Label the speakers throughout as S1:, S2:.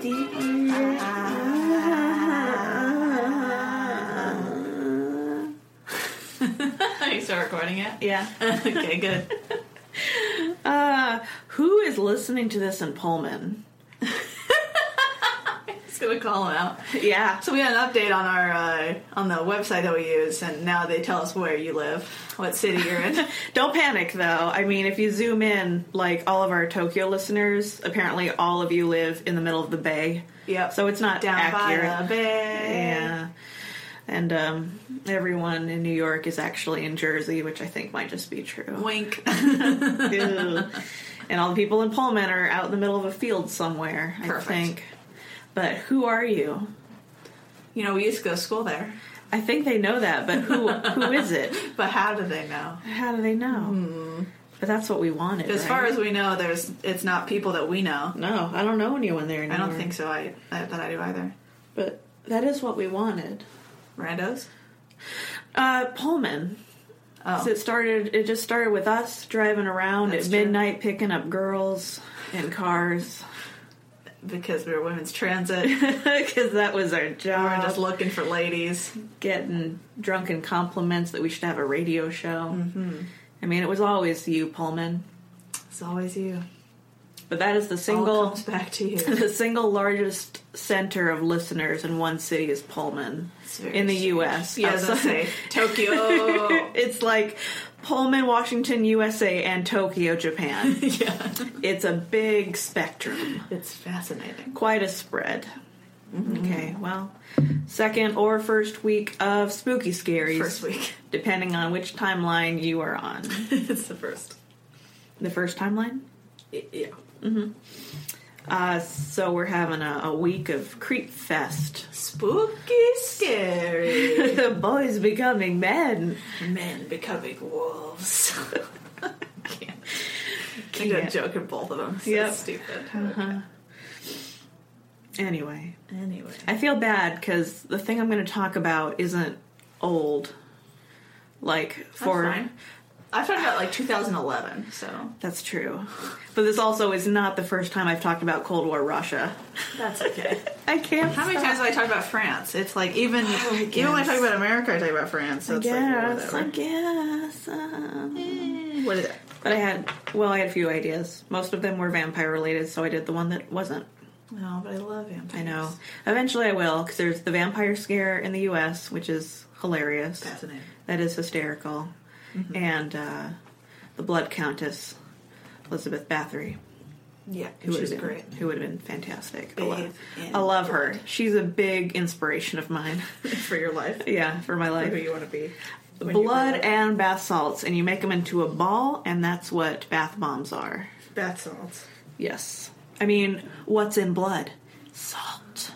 S1: deep
S2: Are you still recording it?
S1: yeah.
S2: okay, good.
S1: Uh, who is listening to this in Pullman?
S2: Just gonna call them out.
S1: Yeah.
S2: So we had an update on our uh, on the website that we use, and now they tell us where you live, what city you're in.
S1: Don't panic though. I mean, if you zoom in, like all of our Tokyo listeners, apparently all of you live in the middle of the bay.
S2: yep.
S1: So it's not
S2: down
S1: accurate.
S2: by the bay.
S1: Yeah. And um, everyone in New York is actually in Jersey, which I think might just be true.
S2: Wink.
S1: Ew. and all the people in Pullman are out in the middle of a field somewhere,
S2: Perfect.
S1: I think. But who are you?
S2: You know, we used to go to school there,
S1: I think they know that, but who who is it?
S2: but how do they know?
S1: How do they know? But that's what we wanted.
S2: As
S1: right?
S2: far as we know, there's it's not people that we know.
S1: no, I don't know anyone there
S2: I
S1: anymore.
S2: don't think so. I, I that I do either.
S1: But that is what we wanted.
S2: Randos.
S1: Uh, Pullman.
S2: Oh,
S1: So it started. It just started with us driving around
S2: That's
S1: at
S2: true.
S1: midnight, picking up girls in cars
S2: because we were women's transit. we
S1: because that was our
S2: were
S1: job.
S2: just looking for ladies.
S1: getting drunken compliments that we should have a radio show.
S2: Mm-hmm.
S1: I mean, it was always you, Pullman.
S2: It's always you.
S1: But that is the
S2: All
S1: single,
S2: comes back to you.
S1: the single largest center of listeners in one city is Pullman
S2: It's very
S1: in the
S2: strange.
S1: U.S.
S2: Yeah, oh. I was gonna
S1: Outside-
S2: say Tokyo.
S1: it's like Pullman, Washington, USA, and Tokyo, Japan.
S2: yeah,
S1: it's a big spectrum,
S2: it's fascinating.
S1: quite a spread.
S2: Mm-hmm.
S1: Okay, well, second or first week of Spooky Scaries,
S2: First week.
S1: depending on which timeline you are on.
S2: it's the first.
S1: the first timeline.
S2: Y- Yeah.
S1: Mm-hmm. Uh, so we're having a, a week of Creep Fest.
S2: Spooky, scary.
S1: the boys becoming men.
S2: Men becoming wolves. Can't. I did a
S1: Can't.
S2: joke in both of them. So
S1: Yep.
S2: stupid.
S1: Anyway,
S2: Anyway,
S1: I feel bad because the thing I'm going to talk about isn't old. Like for
S2: That's fine. I've talked about like 2011. So
S1: That's true, but this also is not the first time I've talked about Cold War Russia.
S2: that's okay.
S1: I can't.
S2: How many
S1: stop.
S2: times have I talked about France? It's like even even when Oh, I talk about America, I talk about France. So it's
S1: Yes, I
S2: like
S1: guess. um,
S2: whatever. What is it?
S1: But I had well, I had a few ideas. Most of them were vampire related, so I did the one that wasn't.
S2: No, but I love vampires.
S1: I know. Eventually I will, because there's the vampire scare in the US, which is hilarious.
S2: Fascinating.
S1: That is hysterical.
S2: Mm-hmm.
S1: And uh, the Blood Countess, Elizabeth Bathory.
S2: Yeah,
S1: Who would
S2: she's
S1: have been,
S2: great.
S1: Who would have been fantastic. I
S2: Bathe
S1: love,
S2: in
S1: I love her. She's a big inspiration of mine.
S2: for your life,
S1: yeah, for my
S2: who
S1: life.
S2: you want to be. when you grow
S1: Blood
S2: up.
S1: and bath salts, and you make them into a ball, and that's what bath bombs are.
S2: bath salts.
S1: Yes. I mean, what's in blood? Salt.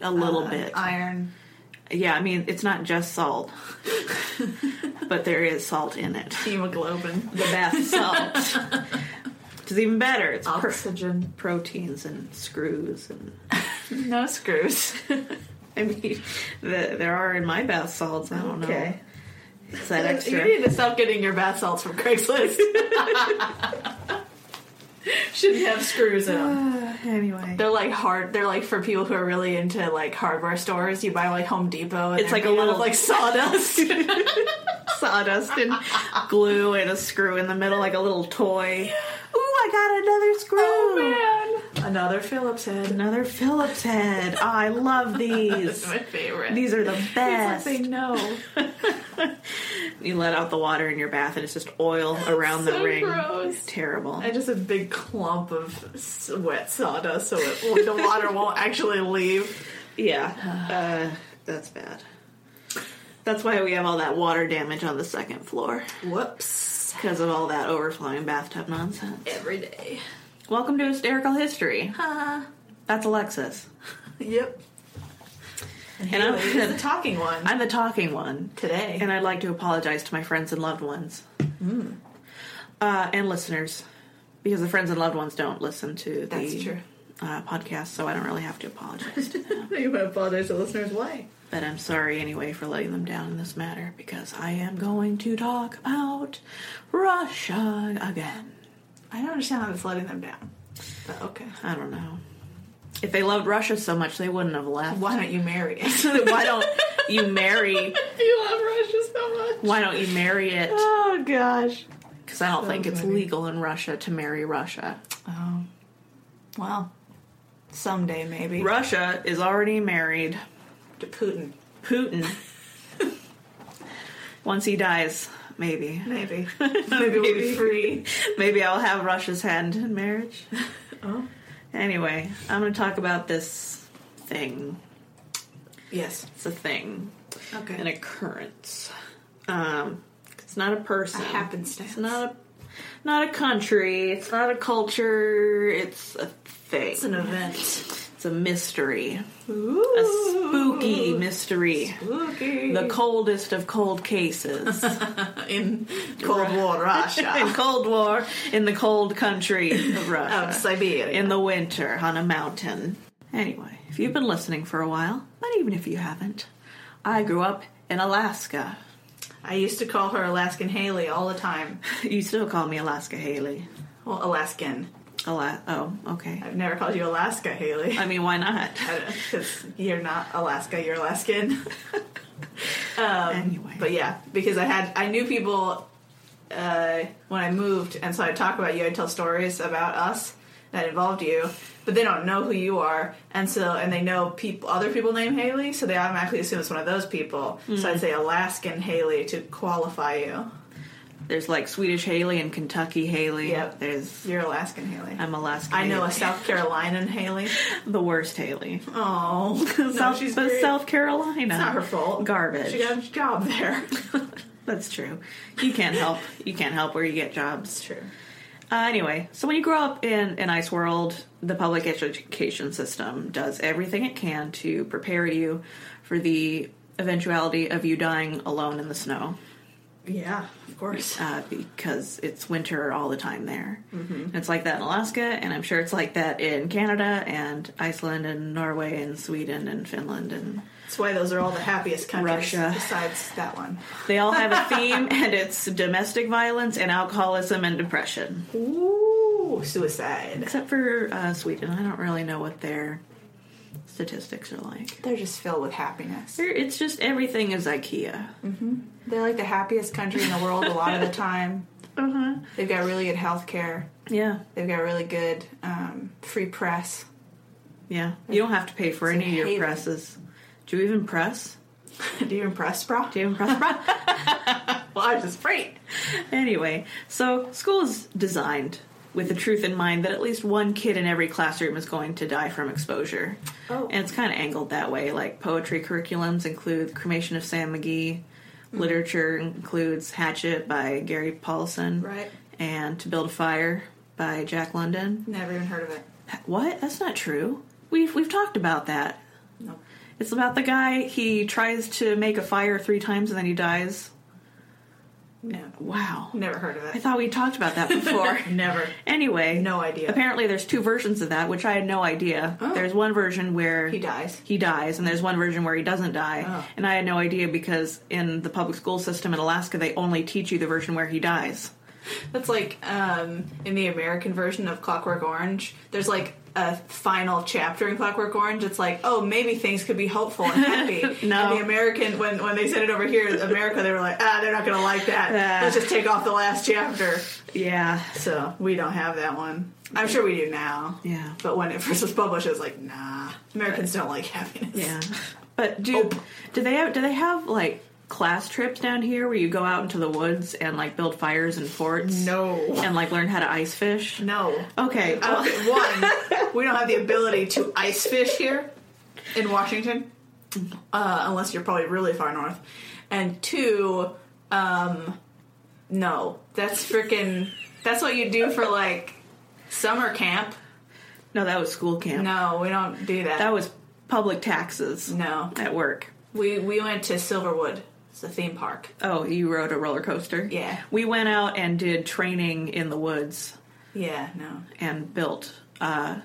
S1: A little
S2: Uh,
S1: bit.
S2: Iron.
S1: Yeah, I mean, it's not just salt, but there is salt in it.
S2: Hemoglobin.
S1: The bath salt. It's even better. It's per-
S2: Oxygen.
S1: proteins and screws and.
S2: No screws.
S1: I mean, the, there are in my bath salts. I don't
S2: Okay.
S1: know. It's that
S2: You
S1: extra.
S2: need to stop getting your bath salts from Craigslist. Shouldn't have screws in them.
S1: Uh, anyway,
S2: They're like hard. They're like for people who are really into like hardware stores. You buy like Home Depot. And
S1: It's
S2: they're
S1: like a
S2: made out
S1: little-
S2: of, like Oh, sawdust.
S1: sawdust and glue and a screw in the middle, like a little toy. Ooh, I got another screw.
S2: Oh, Another Phillips head.
S1: Another Phillips head. Oh, I love these.
S2: That's my favorite.
S1: These are the best.
S2: They know.
S1: You let out the water in your bath, and it's just oil around the
S2: So
S1: ring.
S2: gross.
S1: Terrible.
S2: And just a big clump of s- wet sawdust, so it, well, the water won't actually leave.
S1: Yeah, uh, that's bad. That's why we have all that water damage on the second floor
S2: Whoops!
S1: because of all that overflowing bathtub nonsense.
S2: Every day.
S1: Welcome to hysterical history. That's Alexis,
S2: Uh-huh. Yep.
S1: and I'm,
S2: Anyway, the talking one
S1: I'm the talking one
S2: today.
S1: And I'd like to apologize to my friends and loved ones.
S2: Mm.
S1: Uh, and listeners. Because the friends and loved ones don't listen to the
S2: That's true.
S1: Uh, podcast, so I don't really have to apologize to them.
S2: you want to apologize to listeners? Why?
S1: but I'm sorry anyway for letting them down in this matter because I am going to talk about Russia again.
S2: I don't understand how that's letting them down. But okay.
S1: I don't know. If they loved Russia so much, they wouldn't have left.
S2: Why don't you marry it?
S1: why don't you marry?
S2: you love Russia so much.
S1: Why don't you marry it?
S2: Oh gosh.
S1: Because I don't think it's
S2: funny.
S1: legal in Russia to marry Russia.
S2: Oh. Well. Someday maybe.
S1: Russia is already married.
S2: to Putin.
S1: Putin. Once he dies, maybe.
S2: Maybe. maybe we'll be
S1: Maybe.
S2: free.
S1: Maybe I'll have Russia's hand in marriage.
S2: Oh.
S1: Anyway, I'm going to talk about this thing.
S2: Yes.
S1: It's a thing,
S2: Okay.
S1: an occurrence. Um, it's not a person.
S2: A happenstance.
S1: It's not a not a country. It's not a culture. It's a thing.
S2: it's an event.
S1: It's a mystery.
S2: Ooh.
S1: A spooky mystery.
S2: Spooky.
S1: The coldest of cold cases.
S2: in Cold War
S1: in
S2: Russia.
S1: Cold War, in the cold country of
S2: Oh,
S1: Russia.
S2: of Siberia.
S1: in the winter on a mountain. Anyway, if you've been listening for a while, but even if you haven't, I grew up in Alaska.
S2: I used to call her Alaskan Haley all the time.
S1: You still call me Alaska Haley.
S2: Well, Alaskan.
S1: Ala- oh, okay.
S2: I've never called you Alaska Haley.
S1: I mean, why not?
S2: Because you're not Alaska, you're Alaskan.
S1: anyway.
S2: But yeah, because I had I knew people uh, when I moved, and so I'd talk about you. I'd tell stories about us that involved you, but they don't know who you are, and so and they know people other people named Haley, so they automatically assume it's one of those people. So
S1: Mm.
S2: I'd say Alaskan Haley to qualify you.
S1: There's like Swedish Haley and Kentucky Haley.
S2: Yep.
S1: There's
S2: You're Alaskan Haley.
S1: I'm Alaska.
S2: I know a
S1: Haley.
S2: South Carolinian Haley.
S1: the worst Haley.
S2: Oh, no,
S1: South,
S2: she's
S1: but
S2: great.
S1: South Carolina.
S2: It's not her fault.
S1: Garbage.
S2: She got a job there.
S1: That's true. You can't help. You can't help where you get jobs.
S2: True.
S1: Uh, anyway, so when you grow up in an ice world, the public education system does everything it can to prepare you for the eventuality of you dying alone in the snow
S2: Yeah, of course.
S1: uh, because it's winter all the time there. And it's like that in Alaska, and I'm sure it's like that in Canada and Iceland and Norway and Sweden and Finland and
S2: That's why those are all the happiest countries
S1: Russia.
S2: besides that one.
S1: they all have a theme and it's domestic violence and alcoholism and depression.
S2: Ooh, suicide.
S1: Except for uh, Sweden, I don't really know what their statistics are like.
S2: They're just filled with happiness.
S1: They're- It's just everything is IKEA.
S2: They're like the happiest country in the world a lot of the time.
S1: Uh huh.
S2: They've got really good health care.
S1: Yeah,
S2: They've got really good um, free press.
S1: yeah. You don't have to pay for
S2: It's a
S1: any of your
S2: haven.
S1: presses. Do you even press?
S2: Do you impress, bra?
S1: Do you even press?
S2: Well, I was just afraid.
S1: Anyway, so school is designed with the truth in mind that at least one kid in every classroom is going to die from exposure.
S2: Oh.
S1: And it's kind of angled that way. Like poetry curriculums include Cremation of Sam McGee. Literature includes Hatchet by Gary Paulson.
S2: Right.
S1: And To Build a Fire by Jack London.
S2: Never even heard of it.
S1: What? That's not true. We've we've talked about that.
S2: No.
S1: It's about the guy he tries to make a fire three times and then he dies.
S2: No.
S1: Wow.
S2: Never heard of
S1: I
S2: it.
S1: thought we talked about that before.
S2: Never.
S1: Anyway,
S2: No idea.
S1: Apparently, there's two versions of that, which I had no idea.
S2: Oh.
S1: There's one version where
S2: He dies.
S1: he dies, and there's one version where he doesn't die.
S2: Oh.
S1: And I had no idea because in the public school system in Alaska, they only teach you the version where he dies.
S2: That's like um, in the American version of Clockwork Orange. There's like a final chapter in Clockwork Orange. It's like, oh, maybe things could be hopeful and happy.
S1: No.
S2: And the American when when they said it over here, in America, they were like, ah, they're not gonna like that.
S1: Ah.
S2: Let's just take off the last chapter.
S1: Yeah,
S2: So we don't have that one. I'm sure we do now.
S1: yeah,
S2: But when it first was published, it was like, nah, Americans don't like happiness.
S1: yeah. But do
S2: Oh.
S1: do they have do they have like class trips down here where you go out into the woods and like build fires and forts?
S2: No.
S1: and like learn how to ice fish.
S2: No.
S1: Okay, Oh,
S2: I don't think-
S1: Uh,
S2: one, we don't have the ability to ice fish here in Washington, uh, unless you're probably really far north. And two, um, no, that's freaking. That's what you do for like summer camp.
S1: no, that was school camp.
S2: No, we don't do that.
S1: That was public taxes
S2: no,
S1: at work.
S2: we we went to Silverwood. It's a theme park.
S1: Oh, you rode a roller coaster?
S2: Yeah.
S1: We went out and did training in the woods
S2: Yeah, no,
S1: and built uh,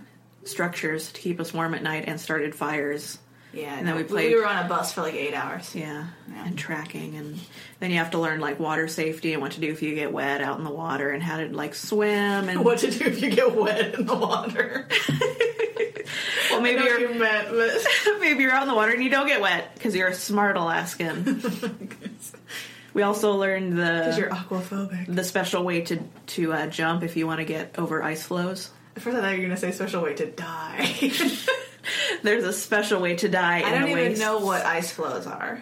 S1: structures to keep us warm at night and started fires.
S2: yeah.
S1: And then
S2: no.
S1: we played-
S2: We were on a bus for like eight hours.
S1: Yeah. And tracking. And then you have to learn like water safety and what to do if you get wet out in the water and how to like swim. And
S2: What to do if you get wet in the water?
S1: well, maybe Uh,
S2: meant, but
S1: Maybe you're out in the water and you don't get wet because you're a smart Alaskan. we also learned
S2: because
S1: the
S2: you're aquaphobic.
S1: the special way to to uh, jump if you want to get over ice flows.
S2: At first, I thought you were gonna say special way to die.
S1: There's a special way to
S2: I
S1: die. in
S2: don't
S1: the
S2: even
S1: waist.
S2: know what ice flows are.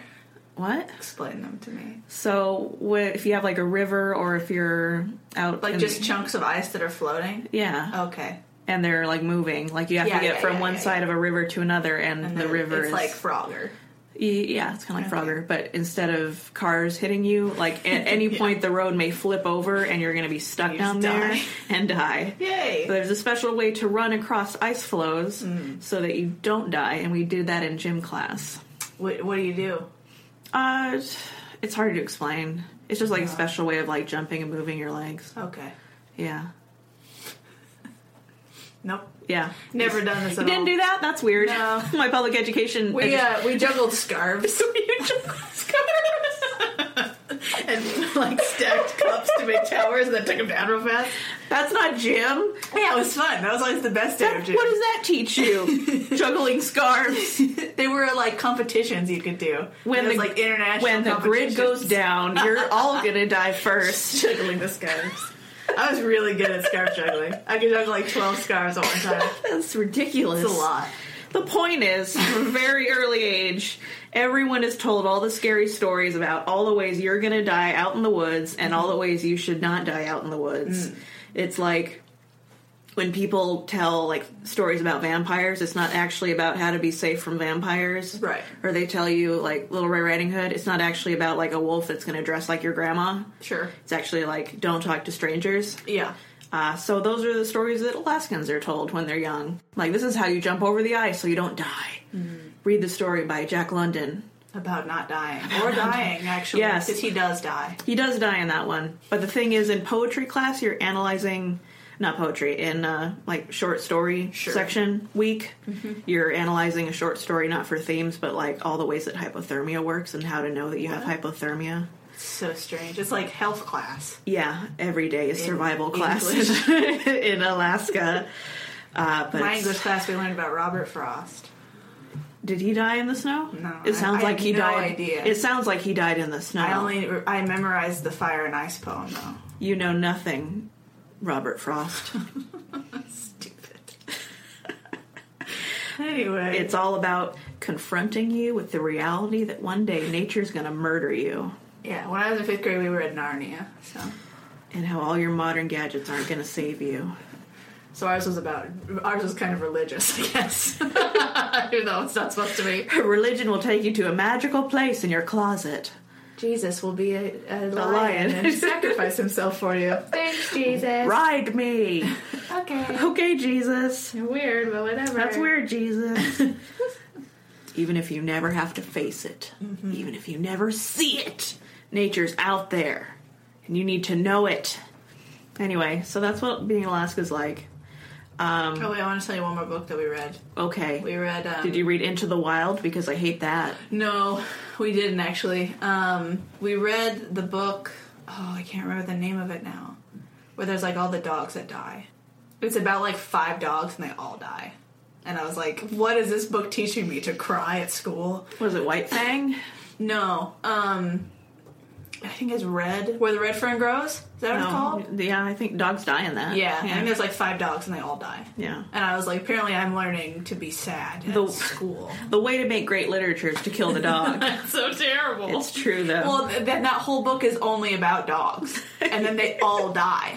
S1: what.
S2: Explain them to me.
S1: So wh- if you have like a river or if you're out
S2: Like
S1: in
S2: just
S1: the-
S2: chunks of ice that are floating.
S1: yeah,
S2: Okay,
S1: and they're like moving. Like you have
S2: Yeah,
S1: to get
S2: yeah,
S1: from
S2: yeah,
S1: one
S2: yeah,
S1: side of a river to another, and, the
S2: then
S1: river
S2: It's
S1: is
S2: like Frogger.
S1: Y- yeah, it's kind of like
S2: Okay.
S1: Frogger, but instead of cars hitting you, like at any point the road may flip over and you're going to be stuck
S2: You
S1: down
S2: just
S1: there
S2: die.
S1: and die.
S2: Yay!
S1: So There's a special way to run across ice flows
S2: Mm.
S1: so that you don't die, and we did that in gym class.
S2: what, what do you do?
S1: Uh, it's- it's hard to explain. It's just like a special way of like jumping and moving your legs.
S2: Okay.
S1: Yeah,
S2: Nope.
S1: yeah.
S2: Never done this
S1: You
S2: at
S1: didn't
S2: all.
S1: do that? That's weird.
S2: No.
S1: My public education.
S2: we uh, we juggled scarves
S1: you juggled
S2: scarves and like stacked cups to make towers and then took them down real fast.
S1: that's not gym.
S2: Yeah, it was fun. That was always the best day of
S1: That-
S2: gym.
S1: what does that teach you? Juggling scarves.
S2: they were like competitions you could do
S1: When
S2: it was
S1: the-
S2: like international
S1: when the
S2: competitions.
S1: grid goes down, you're all gonna die first.
S2: juggling the scarves. I was really good at scarf juggling. I could juggle like twelve scarves at one time.
S1: That's ridiculous.
S2: It's a lot.
S1: The point is, from a very early age, everyone is told all the scary stories about all the ways you're gonna die out in the woods and all the ways you should not die out in the woods. It's like when people tell like stories about vampires, it's not actually about how to be safe from vampires.
S2: Right.
S1: Or they tell you like Little Red Riding Hood, it's not actually about like a wolf that's gonna dress like your grandma.
S2: Sure.
S1: It's actually like don't talk to strangers.
S2: Yeah.
S1: Uh, so those are the stories that Alaskans are told when they're young. Like this is how you jump over the ice so you don't die.
S2: Mm-hmm.
S1: Read the story by Jack London.
S2: About not dying. or dying, actually.
S1: Yes.
S2: Because he does die.
S1: He does die in that one, but the thing is, in poetry class, you're analyzing not poetry in uh, like short story
S2: Sure. Mm-hmm.
S1: section week. You're analyzing a short story not for themes, but like all the ways that hypothermia works and how to know that you have hypothermia.
S2: It's so strange. It's like health class.
S1: Yeah, every day is survival class
S2: English.
S1: in Alaska. Uh, but
S2: My
S1: it's-
S2: English class, we learned about Robert Frost.
S1: Did he die in the snow?
S2: No,
S1: It sounds
S2: I- I
S1: like
S2: have
S1: he
S2: no
S1: died.
S2: idea.
S1: It sounds like he died in the snow.
S2: I only I memorized the fire and ice poem though.
S1: you know nothing, Robert Frost.
S2: Stupid. anyway,
S1: it's all about confronting you with the reality that one day nature's going to murder you,
S2: yeah. When I was in fifth grade, we were at Narnia, so
S1: and how all your modern gadgets aren't going to save you.
S2: so ours was about ours was kind of religious, I guess. Even though it's not supposed to be.
S1: Religion will take you to a magical place in your closet.
S2: Jesus will be a, a, lion,
S1: lion.
S2: and sacrifice himself for you. Thanks, Jesus.
S1: Ride me,
S2: Okay.
S1: okay, Jesus.
S2: Weird, but whatever.
S1: That's weird, Jesus. even if you never have to face it, even if you never see it, nature's out there and you need to know it. Anyway, so that's what being Alaska's like.
S2: Oh wait, I want to tell you one more book that we read.
S1: Okay.
S2: We read. Um,
S1: Did you read Into the Wild? Because I hate that.
S2: No, we didn't actually. Um, we read the book. Oh, I can't remember the name of it now. Where there's like all the dogs that die. It's about like five dogs and they all die. And I was like, what is this book teaching me to cry at school?
S1: Was it White Fang?
S2: No. Um, I think it's Red, where the red fern grows. Is that what it's called?
S1: Oh, Yeah, I think dogs die in that.
S2: Yeah, I think
S1: Yeah.
S2: there's like five dogs and they all die.
S1: Yeah.
S2: And I was like, apparently I'm learning to be sad at
S1: The-
S2: school.
S1: The way to make great literature is to kill the dog.
S2: That's so terrible.
S1: it's true though.
S2: Well, th- then that whole book is only about dogs, and then they all die.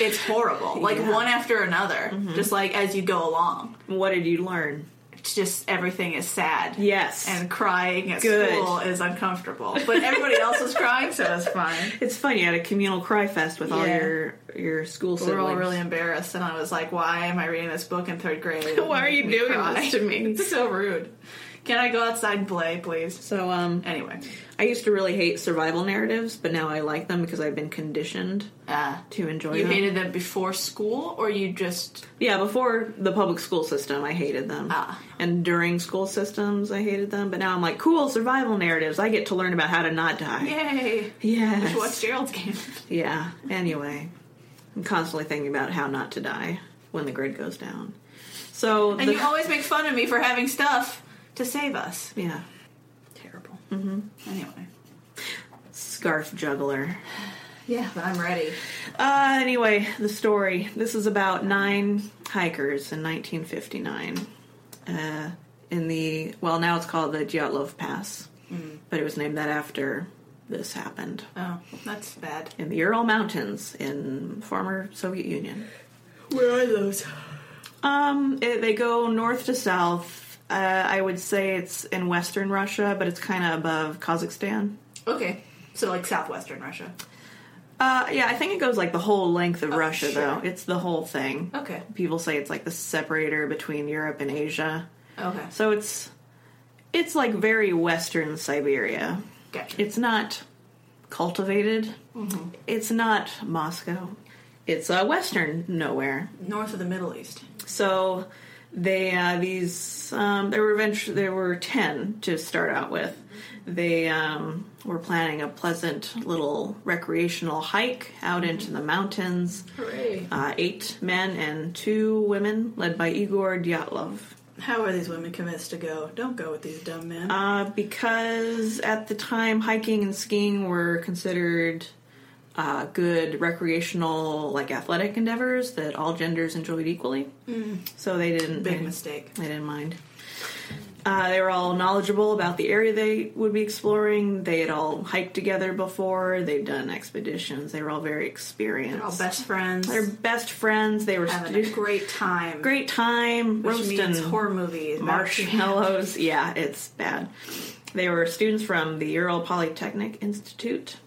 S2: It's horrible, like
S1: Yeah. Mm-hmm.
S2: one after another, just like as you go along.
S1: what did you learn?
S2: It's just everything is sad.
S1: Yes.
S2: and crying at
S1: Good.
S2: school is uncomfortable, but everybody else is crying, so it's fine.
S1: it's fun. You had a communal cry fest with all
S2: Yeah.
S1: your your school
S2: We
S1: siblings.
S2: were all really embarrassed, and I was like, "Why am I reading this book in third grade?
S1: Why are you
S2: And
S1: doing
S2: cry.
S1: this to me?
S2: It's so rude. Can I go outside and play, please?
S1: so um,
S2: Anyway,
S1: I used to really hate survival narratives, but now I like them because I've been conditioned
S2: uh,
S1: to enjoy
S2: you
S1: them.
S2: hated them before school, or you just
S1: yeah, before the public school system, I hated them.
S2: Ah.
S1: And during school systems, I hated them. But now I'm like, cool, survival narratives. I get to learn about how to not die.
S2: yay?
S1: Yes.
S2: What's Gerald's game?
S1: Yeah. Anyway, I'm constantly thinking about how not to die when the grid goes down. So
S2: And
S1: the-
S2: you always make fun of me for having stuff to save us. Mm-hmm.
S1: yeah, terrible
S2: Anyway.
S1: scarf juggler.
S2: Yeah, but I'm ready.
S1: Uh, anyway, the story. This is about nine hikers in 1959 uh, in the, well, now it's called the Dyatlov Pass, but it was named that after this happened
S2: Oh, that's bad.
S1: in the Ural Mountains in former Soviet Union.
S2: Where are those?
S1: Um, it, they go north to south. Uh, I would say it's in western Russia, but it's kind of above Kazakhstan.
S2: Okay. So like southwestern Russia.
S1: Uh, yeah, I think it goes like the whole length of Russia,
S2: sure.
S1: though. It's the whole thing.
S2: Okay.
S1: People say it's like the separator between Europe and Asia.
S2: Okay.
S1: So it's it's like very western Siberia.
S2: Gotcha.
S1: It's not cultivated. It's not Moscow. It's uh, western nowhere.
S2: North of the Middle East.
S1: So they uh, these um, there were eventually there were ten to start out with. They um, were planning a pleasant little recreational hike out into the mountains.
S2: Hooray.
S1: Uh, eight men and two women, led by Igor Dyatlov.
S2: How are these women convinced to go? Don't go with these dumb men.
S1: Uh, because at the time, hiking and skiing were considered uh, good recreational, like athletic endeavors that all genders enjoyed equally. So they didn't
S2: Mm. Big
S1: they-
S2: mistake.
S1: They didn't mind. Uh, they were all knowledgeable about the area they would be exploring. They had all hiked together before. They'd done expeditions. They were all very experienced.
S2: They're all best friends.
S1: They're best friends. They were
S2: having
S1: stu-
S2: a great time.
S1: great time
S2: which
S1: roasting
S2: means horror movies.
S1: marshmallows. Yeah, it's bad. They were students from the Ural Polytechnic Institute,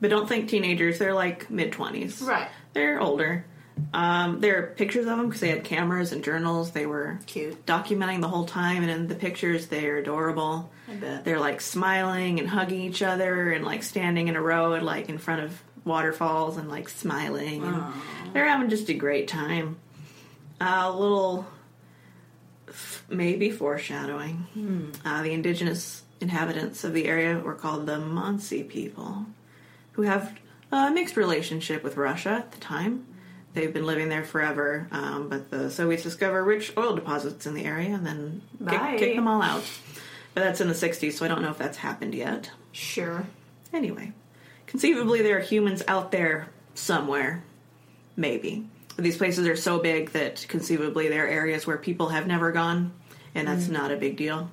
S1: but don't think teenagers. They're like mid twenties.
S2: Right.
S1: They're older. Um, there are pictures of them because they had cameras and journals. They were
S2: Cute.
S1: documenting the whole time, and in the pictures, they're adorable.
S2: I bet.
S1: They're like smiling and hugging each other, and like standing in a row and like in front of waterfalls and like smiling. And they're having just a great time. A little f- maybe foreshadowing. Uh, the indigenous inhabitants of the area were called the Monsi people, who have a mixed relationship with Russia at the time. They've been living there forever, um, but the Soviets discover rich oil deposits in the area and then
S2: Bye.
S1: kick, kick them all out. But that's in the 60s, so I don't know if that's happened yet.
S2: Sure.
S1: Anyway, conceivably there are humans out there somewhere, maybe. But these places are so big that conceivably there are areas where people have never gone, and that's not a big deal.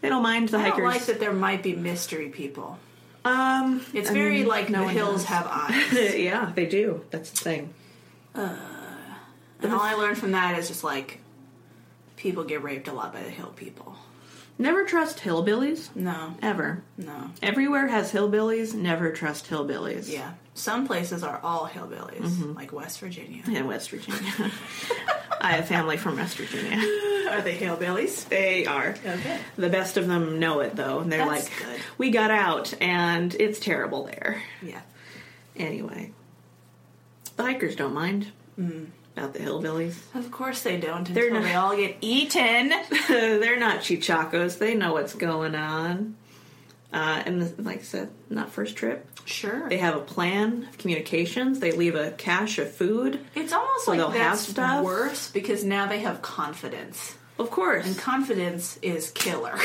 S1: They Mm. don't mind the
S2: I
S1: hikers.
S2: don't like that there might be mystery people.
S1: Um,
S2: It's
S1: I
S2: very
S1: mean,
S2: like
S1: no
S2: the
S1: one
S2: hills
S1: does.
S2: have eyes.
S1: yeah, they do. That's the thing.
S2: and all I learned from that is just like people get raped a lot by the hill people.
S1: Never trust hillbillies
S2: No,
S1: ever.
S2: no.
S1: Everywhere has hillbillies. Never trust hillbillies.
S2: Yeah. Some places are all hillbillies,
S1: Mm-hmm.
S2: like West Virginia.
S1: In West Virginia, I have family from West Virginia.
S2: are they hillbillies?
S1: They are.
S2: Okay.
S1: The best of them know it though, and they're
S2: That's
S1: like,
S2: good.
S1: "We got out, and it's terrible there."
S2: Yeah.
S1: Anyway, the hikers don't mind about the hillbillies.
S2: Of course they don't
S1: They're
S2: until
S1: not-
S2: they all get e- eaten.
S1: they're not chichacos. They know what's going on. Uh, and this, like I said, not first trip.
S2: Sure.
S1: They have a plan of communications. They leave a cache of food.
S2: It's almost
S1: So they'll
S2: like
S1: have
S2: that's
S1: stuff?
S2: worse because now they have confidence.
S1: Of course,
S2: And confidence is killer.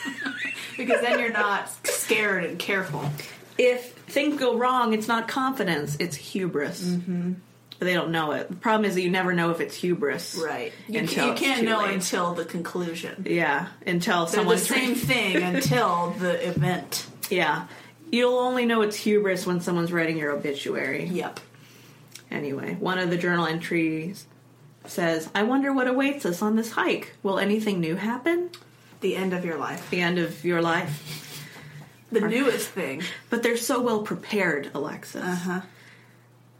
S2: because then you're not scared and careful.
S1: if things go wrong, it's not confidence; it's hubris. Mm-hmm. But they don't know it. The problem is that you never know if it's hubris,
S2: You,
S1: until
S2: ca- you
S1: it's
S2: can't
S1: too
S2: know
S1: late.
S2: until the conclusion.
S1: Yeah, until
S2: They're
S1: someone
S2: the same thing until the event.
S1: Yeah, you'll only know it's hubris when someone's writing your obituary.
S2: Yep.
S1: Anyway, one of the journal entries says, I wonder what awaits us on this hike. Will anything new happen?
S2: The end of your life.
S1: The end of your life.
S2: The newest thing.
S1: But they're so well prepared, Alexis.
S2: Uh-huh.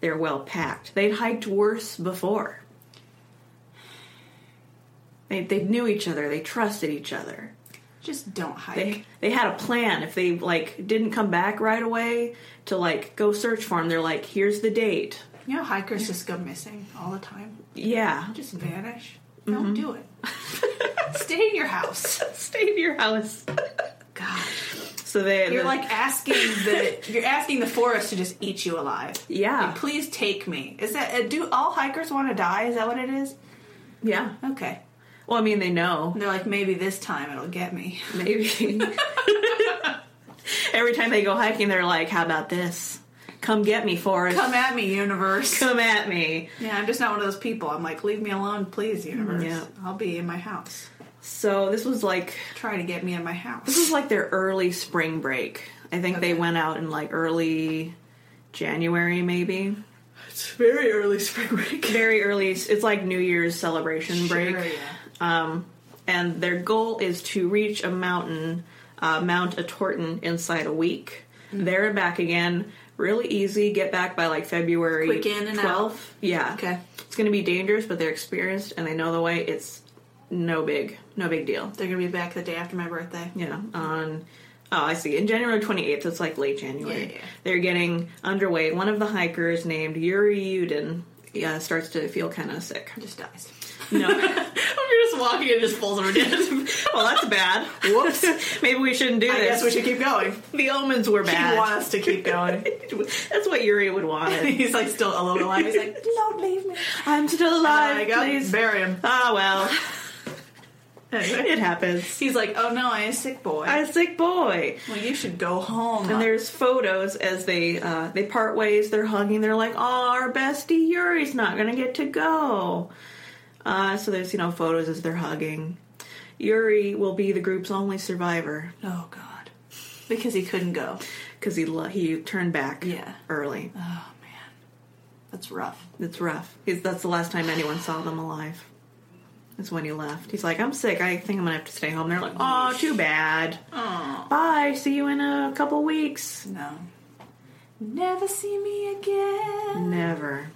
S1: They're well packed. They'd hiked worse before. They, they knew each other. They trusted each other.
S2: Just don't hike.
S1: They, they had a plan. If they like didn't come back right away to like go search for him, they're like, here's the date.
S2: You know, hikers just go missing all the time.
S1: Yeah,
S2: Just vanish.
S1: Mm-hmm.
S2: Don't do it. Stay in your house.
S1: stay in your house.
S2: God,
S1: So they
S2: you're
S1: the-
S2: like asking the you're asking the forest to just eat you alive.
S1: yeah.
S2: Like, please take me. Is that uh, do all hikers want to die? Is that what it is?
S1: Yeah.
S2: Okay.
S1: Well, I mean, they know.
S2: And they're like, maybe this time it'll get me.
S1: Maybe. Every time they go hiking, they're like, how about this? Come get me, Forrest.
S2: Come at me, universe.
S1: Come at me.
S2: Yeah, I'm just not one of those people. I'm like, leave me alone, please, universe.
S1: Yeah.
S2: I'll be in my house.
S1: So this was like
S2: Try to get me in my
S1: This was
S2: house.
S1: like their early spring break. I think they
S2: Okay.
S1: went out in like early January, maybe.
S2: It's very early spring break.
S1: Very early. It's like New Year's celebration break.
S2: Sure, yeah.
S1: And their goal is to reach a mountain, uh, Mount Atorton, inside a week.
S2: Mm-hmm.
S1: There and back again. Really easy. Get back by like February
S2: Quick in and out.
S1: 12th. Yeah.
S2: Okay.
S1: It's going to be dangerous, but they're experienced and they know the way. It's no big, no big deal.
S2: They're gonna be back the day after my birthday.
S1: Yeah, on oh, I see. In January 28th, it's like late January.
S2: Yeah, yeah.
S1: They're getting underway. One of the hikers named Yuri Yudin uh, starts to feel kind of sick.
S2: Just dies.
S1: No, well,
S2: You're just walking and just falls over dead.
S1: that's bad. Whoops. Maybe we shouldn't do
S2: I
S1: this.
S2: guess we should keep going.
S1: The omens were
S2: He wants
S1: bad.
S2: us to keep going.
S1: that's what Yuri would want.
S2: He's like still alone alive. He's like, don't leave me.
S1: I'm still
S2: I
S1: alive,
S2: go
S1: please.
S2: bury him.
S1: Oh Ah, well,
S2: Anyway.
S1: it happens.
S2: He's like, oh no, I'm a sick boy.
S1: I'm a sick boy.
S2: well, you should go home.
S1: And there's photos as they uh, they part ways. They're hugging. They're like, "Oh, our bestie Yuri's not gonna get to go." Uh, so there's you know photos as they're hugging. Yuri will be the group's only survivor
S2: oh god, because he couldn't go.
S1: because he lo- he turned back
S2: Yeah.
S1: early.
S2: Oh man, that's rough.
S1: It's rough. He's, that's the last time anyone saw them alive. Is when he left. He's like, "I'm sick. I think I'm gonna have to stay home." They're like, "Oh, too bad.
S2: Oh
S1: Bye. See you in a couple weeks."
S2: no. Never see me again.
S1: Never.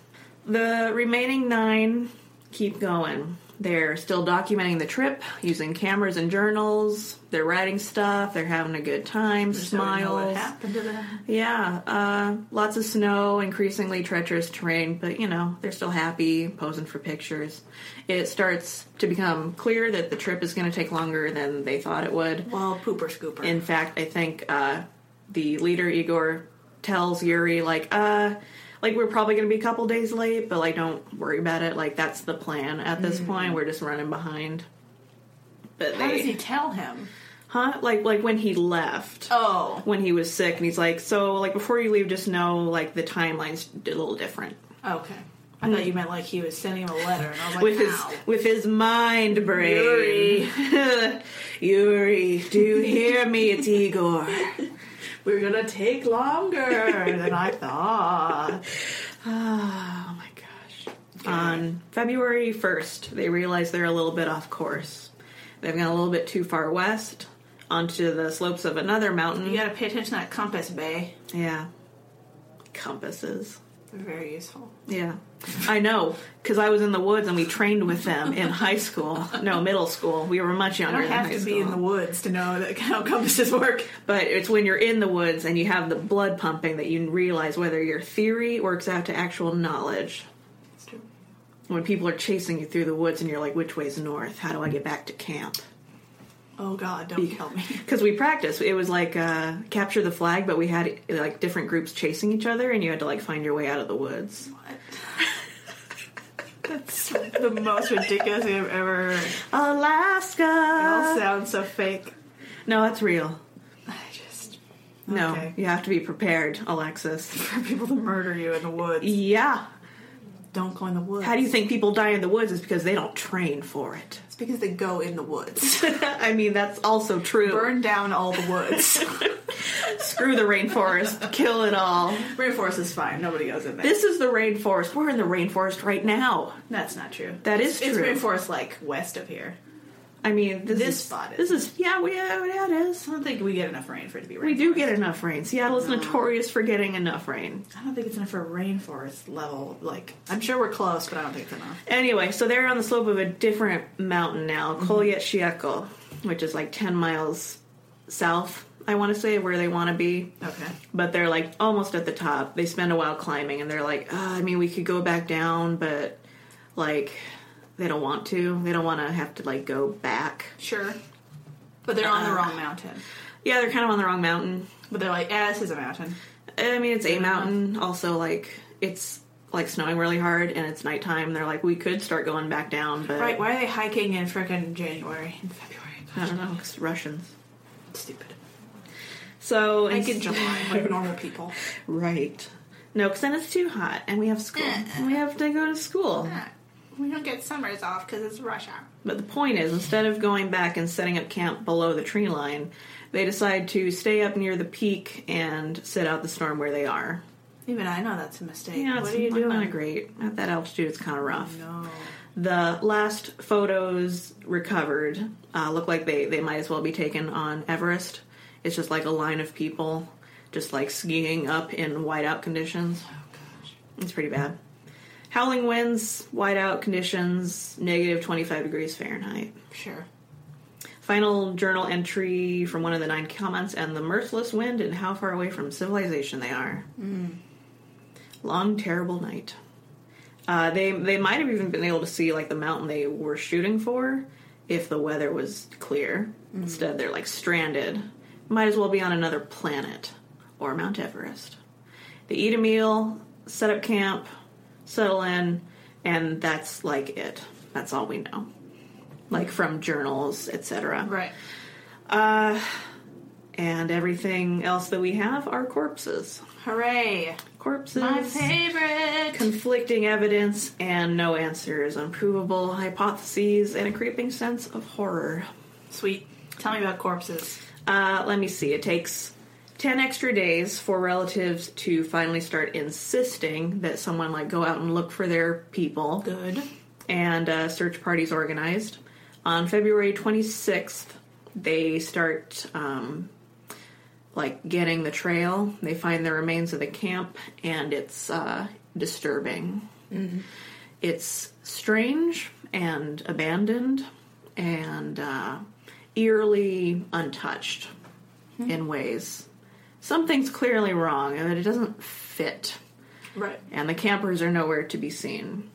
S1: The remaining nine keep going. They're still documenting the trip using cameras and journals. They're writing stuff. They're having a good time.
S2: So we know what
S1: smiles.
S2: happened to them.
S1: Yeah. Uh, lots of snow, increasingly treacherous terrain, but you know, they're still happy, posing for pictures. It starts to become clear that the trip is going to take longer than they thought it would.
S2: Well, pooper scooper.
S1: In fact, I think uh, the leader Igor tells Yuri like, uh, like we're probably gonna be a couple days late, but like don't worry about it. Like that's the plan at this point. We're just running behind. But
S2: Mm-hmm. How
S1: they,
S2: does he tell him?
S1: huh? Like like when he left.
S2: Oh,
S1: When he was sick, and he's like, "So, like, before you leave, just know, like, the timeline's a little different."
S2: okay. I thought you meant like he was sending him a letter, and I was like,
S1: with his
S2: "Ow."
S1: with his mind brain.
S2: Yuri.
S1: Yuri, do you hear me? It's Igor.
S2: We're gonna take longer than I thought.
S1: Oh my gosh. Um, On February 1st, they realize they're a little bit off course. They've gone a little bit too far west onto the slopes of another mountain.
S2: You gotta pay attention to that compass, Bay.
S1: Yeah. Compasses.
S2: They're very useful.
S1: Yeah. I know, because I was in the woods and we trained with them in high school. No, middle school. We were much
S2: I
S1: younger
S2: don't
S1: than
S2: have
S1: high
S2: to
S1: school.
S2: be in the woods to know that how compasses work.
S1: But it's when you're in the woods and you have the blood pumping that you realize whether your theory works out to actual knowledge.
S2: It's true.
S1: When people are chasing you through the woods and you're like, which way's north? How do I get back to camp?
S2: Oh God, don't
S1: Yeah.
S2: kill me.
S1: Because we practiced. It was like uh, capture the flag, but we had like different groups chasing each other, and you had to like find your way out of the woods.
S2: That's the most ridiculous thing I've ever heard. It all
S1: Alaska.
S2: sounds so fake.
S1: No, that's real.
S2: I just
S1: No,
S2: Okay.
S1: you have to be prepared, Alexis.
S2: for people to murder you in the woods.
S1: Yeah.
S2: Don't go in the woods.
S1: How do you think people die in the woods? Is because they don't train for it.
S2: It's because they go in the woods.
S1: I mean, that's also true.
S2: Burn down all the woods.
S1: Screw the rainforest. Kill it all.
S2: Rainforest is fine. Nobody goes in there.
S1: This is the rainforest. We're in the rainforest right now.
S2: That's not true.
S1: That is
S2: It's
S1: true.
S2: rainforest like west of here.
S1: I mean, this,
S2: This
S1: is,
S2: spot is.
S1: This is yeah, we, yeah, yeah, it is.
S2: I don't think we get enough rain for it to be rainforest.
S1: We do get enough rain. Seattle
S2: Uh.
S1: is notorious for getting enough rain.
S2: I don't think it's enough for rainforest level. Like, I'm sure we're close, but I don't think it's enough.
S1: Anyway, so they're on the slope of a different mountain now,
S2: Mm-hmm.
S1: Kolyet Shiekal, which is like 10 miles south, I want to say, where they want to be.
S2: Okay.
S1: But they're like almost at the top. They spend a while climbing and they're like, "Ah, I mean, we could go back down, but like they don't want to. They don't want to have to like go back.
S2: Sure. But they're on the
S1: Uh,
S2: wrong mountain.
S1: Yeah, they're kind of on the wrong mountain.
S2: But they're like, yeah, this is a mountain.
S1: I mean, it's a mountain. Also, like it's like snowing really hard and it's nighttime, they're like, we could start going back down, but
S2: Right, why are they hiking in frickin' January and February?
S1: I don't know, it's Russians.
S2: Stupid.
S1: So
S2: Like
S1: it's-
S2: in July, like normal people.
S1: right? No, because then it's too hot, and we have school. and we have to go to school.
S2: We don't get summers off because it's Russia.
S1: But the point is, instead of going back and setting up camp below the tree line, they decide to stay up near the peak and sit out the storm where they are.
S2: Even I know that's a mistake.
S1: Yeah,
S2: what
S1: it's
S2: are you doing?
S1: Not great at that altitude. It's kind of rough.
S2: No.
S1: The last photos recovered uh, look like they, they might as well be taken on Everest. It's just like a line of people just like skiing up in whiteout conditions.
S2: Oh gosh.
S1: It's pretty bad. Howling winds, whiteout conditions, negative 25 degrees Fahrenheit.
S2: Sure.
S1: Final journal entry from one of the nine comments and the mirthless wind and how far away from civilization they are. Long, terrible night. Uh, they they might have even been able to see like the mountain they were shooting for if the weather was clear. Instead, they're like stranded. Might as well be on another planet or Mount Everest. They eat a meal, set up camp, settle in, and that's like it. That's all we know. Like from journals, etc.
S2: Right.
S1: Uh, and everything else that we have are corpses.
S2: Hooray!
S1: Corpses.
S2: My favorite.
S1: conflicting evidence and no answers, unprovable hypotheses, and a creeping sense of horror.
S2: Sweet. Tell me about corpses.
S1: Uh, let me see. It takes 10 extra days for relatives to finally start insisting that someone like go out and look for their people
S2: Good.
S1: and uh, search parties organized. On February 26th, they start um, like getting the trail. They find the remains of the camp, and it's uh, disturbing. It's strange and abandoned, and uh, eerily untouched in ways. Something's clearly wrong, and it doesn't fit
S2: Right.
S1: and the campers are nowhere to be seen.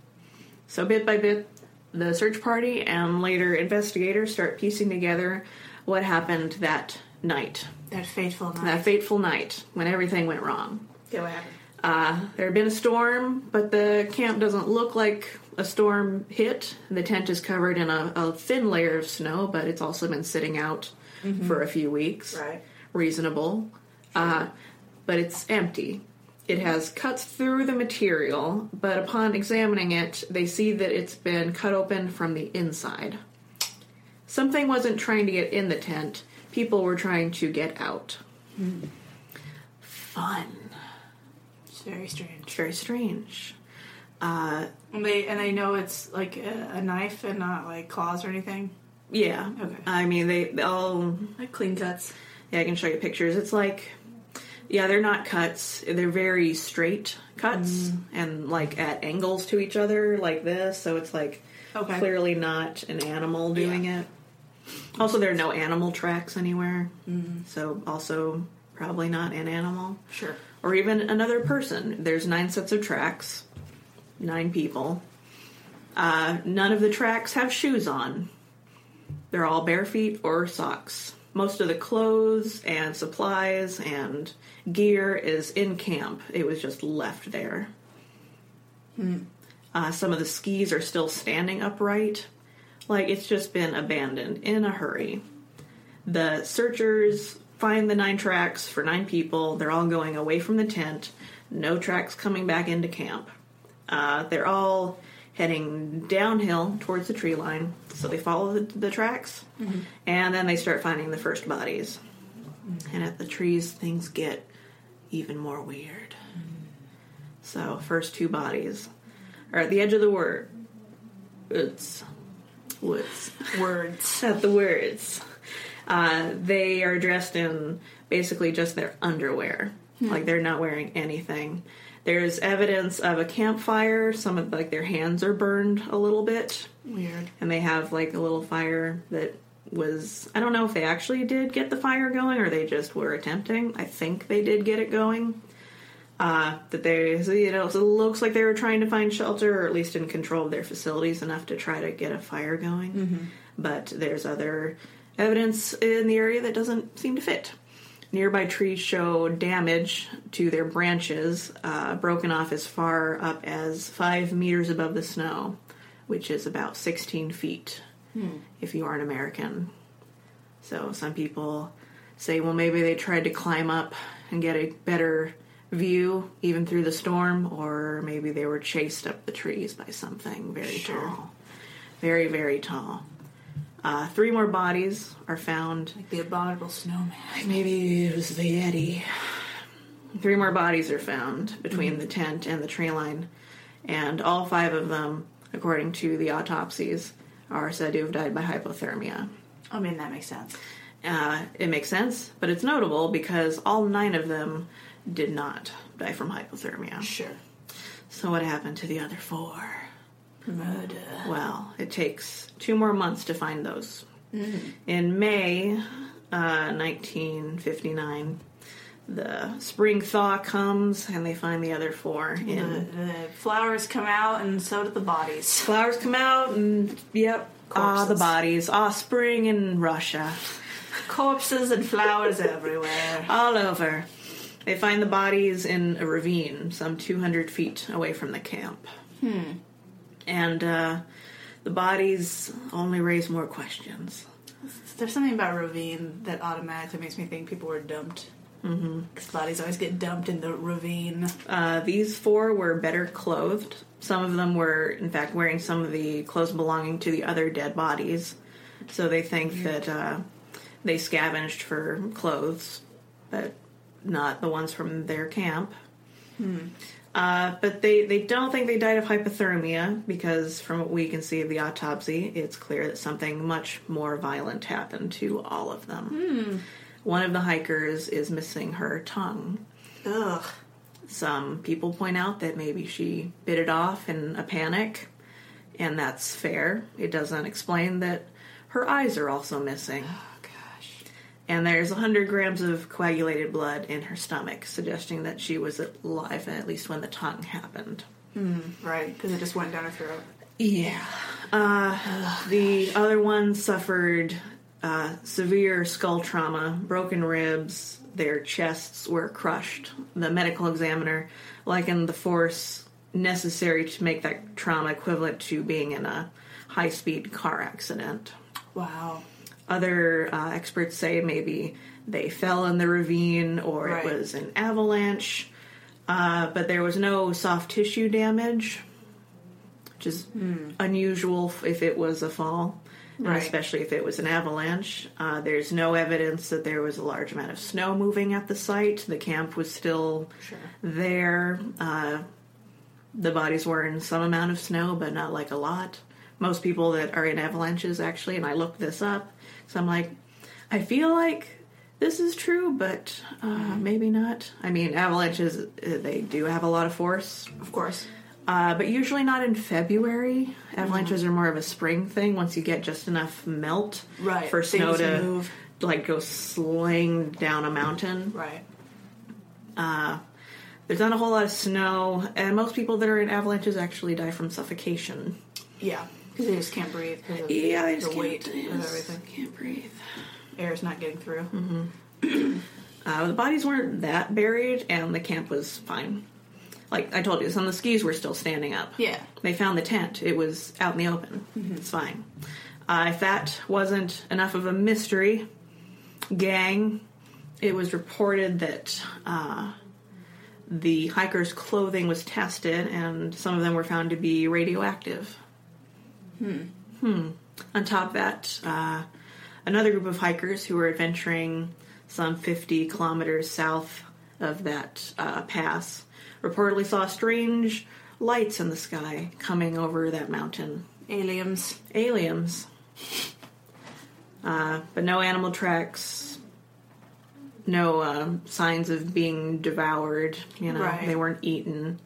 S1: So, bit by bit, the search party and later investigators start piecing together what happened that night,
S2: That fateful night.
S1: that fateful night when everything went wrong.
S2: yeah, what happened?
S1: Uh, there had been a storm, but the camp doesn't look like a storm hit. The tent is covered in a, a thin layer of snow, but it's also been sitting out for a few weeks
S2: Right.
S1: reasonable, uh, but it's empty. It has cuts through the material, but upon examining it, they see that it's been cut open from the inside. Something wasn't trying to get in the tent, people were trying to get out. Fun.
S2: It's very strange.
S1: It's very strange. Uh,
S2: And they and they know it's like a, a knife and not like claws or anything.
S1: yeah.
S2: Okay.
S1: I mean, they, they all
S2: Like clean cuts.
S1: Yeah, I can show you pictures. It's like, yeah, they're not cuts. They're very straight cuts
S2: Mm.
S1: and like at angles to each other, like this. So it's like
S2: Okay.
S1: clearly not an animal doing
S2: Yeah.
S1: it. Also, there are no animal tracks anywhere.
S2: Mm-hmm.
S1: So, also probably not an animal
S2: Sure.
S1: or even another person. There's nine sets of tracks, nine people. Uh, none of the tracks have shoes on. They're all bare feet or socks. Most of the clothes and supplies and gear is in camp. It was just left there. Uh, some of the skis are still standing upright. Like it's just been abandoned in a hurry. The searchers find the nine tracks for nine people. They're all going away from the tent. No tracks coming back into camp. Uh, they're all heading downhill towards the tree line. So they follow the, the tracks and then they start finding the first bodies. And at the trees, things get even more weird. So, first two bodies are at the edge of the wor- woods. Woods
S2: Words.
S1: at the words. Uh, they are dressed in basically just their underwear. Like they're not wearing anything. There's evidence of a campfire. Some of like their hands are burned a little bit,
S2: Weird.
S1: and they have like a little fire that was. I don't know if they actually did get the fire going or they just were attempting. I think they did get it going. Uh, that they, so, you know, so it looks like they were trying to find shelter or at least in control of their facilities enough to try to get a fire going but there's other evidence in the area that doesn't seem to fit. Nearby trees show damage to their branches, uh, broken off as far up as five meters above the snow, which is about 16 feet if you are an American. So some people say, well, maybe they tried to climb up and get a better view even through the storm, or maybe they were chased up the trees by something very tall. Very, very tall. Uh, three more bodies are found
S2: Like the abominable snowman.
S1: Maybe it was the Yeti. Three more bodies are found between the tent and the tree line, and all five of them, according to the autopsies, are said to have died by hypothermia.
S2: I mean, that makes sense.
S1: Uh, it makes sense, but it's notable because all nine of them did not die from hypothermia.
S2: Sure.
S1: So, what happened to the other four?
S2: Mm-hmm. Murder.
S1: Well, it takes two more months to find those. In May uh, 1959, the spring thaw comes and they find the other four. And
S2: The flowers come out, and so do the bodies.
S1: flowers come out and, yep, ah, the
S2: Corpses.
S1: bodies. Ah, spring in Russia.
S2: Corpses and flowers everywhere.
S1: All over. They find the bodies in a ravine some 200 feet away from the camp. Hmm. And uh, the bodies only raise more questions.
S2: There's something about ravine that automatically makes me think people were dumped. Because bodies always get dumped in the ravine.
S1: Uh, these four were better clothed. Some of them were, in fact, wearing some of the clothes belonging to the other dead bodies. So they think that uh, they scavenged for clothes, but not the ones from their camp. Uh, but they, they don't think they died of hypothermia because, from what we can see of the autopsy, it's clear that something much more violent happened to all of them. One of the hikers is missing her tongue.
S2: Ugh.
S1: Some people point out that maybe she bit it off in a panic, and that's fair. It doesn't explain that her eyes are also missing,
S2: Oh, gosh.
S1: and there's 100 grams of coagulated blood in her stomach, suggesting that she was alive at least when the tongue happened.
S2: Right, because it just went down her throat.
S1: Yeah. Uh, the other one suffered uh, severe skull trauma, broken ribs, their chests were crushed. The medical examiner likened the force necessary to make that trauma equivalent to being in a high speed car accident.
S2: Wow.
S1: Other uh, experts say maybe they fell in the ravine or
S2: Right.
S1: it was an avalanche, uh, but there was no soft tissue damage, which is unusual f- if it was a fall, and
S2: Hmm. Right.
S1: especially if it was an avalanche. Uh, there's no evidence that there was a large amount of snow moving at the site. The camp was still
S2: Sure.
S1: there. Uh, the bodies were in some amount of snow, but not like a lot. Most people that are in avalanches, actually, and I looked this up, so I'm like, I feel like this is true, but uh, maybe not. I mean, avalanches, uh, they do have a lot of force,
S2: Of course.
S1: uh, but usually not in February. Avalanches are more of a spring thing once you get just enough melt
S2: Right,
S1: for
S2: things
S1: snow to
S2: move.
S1: like go sling down a mountain.
S2: Right.
S1: There's not a whole lot of snow, and most people that are in avalanches actually die from suffocation.
S2: Yeah, because they just can't breathe. 'cause of
S1: Yeah, I
S2: the
S1: just can't,
S2: weight
S1: I
S2: of
S1: just
S2: everything.
S1: Can't breathe.
S2: Air's not getting through.
S1: Mm-hmm. Uh, the bodies weren't that buried, and the camp was fine. Like I told you, some of the skis were still standing up.
S2: Yeah.
S1: They found the tent. It was out in the open. It's fine. Uh, if that wasn't enough of a mystery, gang, it was reported that uh, the hikers' clothing was tested, and some of them were found to be radioactive. Hmm. On top of that, uh, another group of hikers who were adventuring some 50 kilometers south of that uh, pass reportedly saw strange lights in the sky coming over that mountain.
S2: Aliens.
S1: Aliens. Uh, but no animal tracks, no um, signs of being devoured, you know,
S2: Right.
S1: they weren't eaten.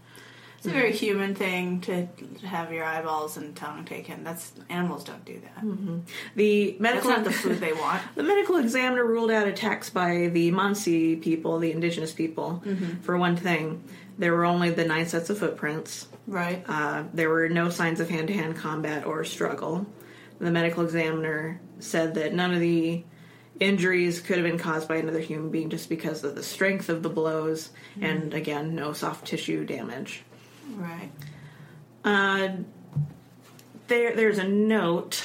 S2: It's a
S1: Mm-hmm.
S2: very human thing to have your eyeballs and tongue taken. That's animals don't do that.
S1: Mm. The
S2: That's
S1: medical
S2: not the food they want.
S1: The medical examiner ruled out attacks by the Mansi people, the indigenous people,
S2: Mm-hmm.
S1: for one thing. There were only the nine sets of footprints.
S2: Right.
S1: Uh, there were no signs of hand to hand combat or struggle. The medical examiner said that none of the injuries could have been caused by another human being just because of the strength of the blows and again no soft tissue damage
S2: Right.
S1: uh, there there's a note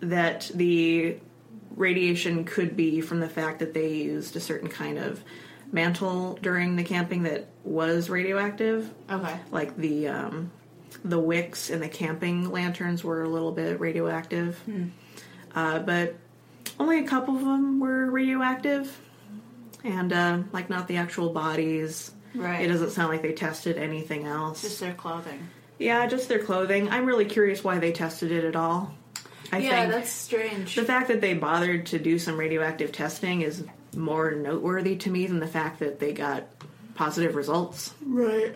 S1: that the radiation could be from the fact that they used a certain kind of mantle during the camping that was radioactive
S2: Okay.
S1: like the um, the wicks and the camping lanterns were a little bit radioactive,
S2: Hmm.
S1: uh, but only a couple of them were radioactive, and uh, like not the actual bodies.
S2: Right.
S1: It doesn't sound like they tested anything else.
S2: Just their clothing.
S1: yeah, just their clothing. I'm really curious why they tested it at all. I
S2: yeah,
S1: think
S2: that's strange.
S1: the fact that they bothered to do some radioactive testing is more noteworthy to me than the fact that they got positive results.
S2: right.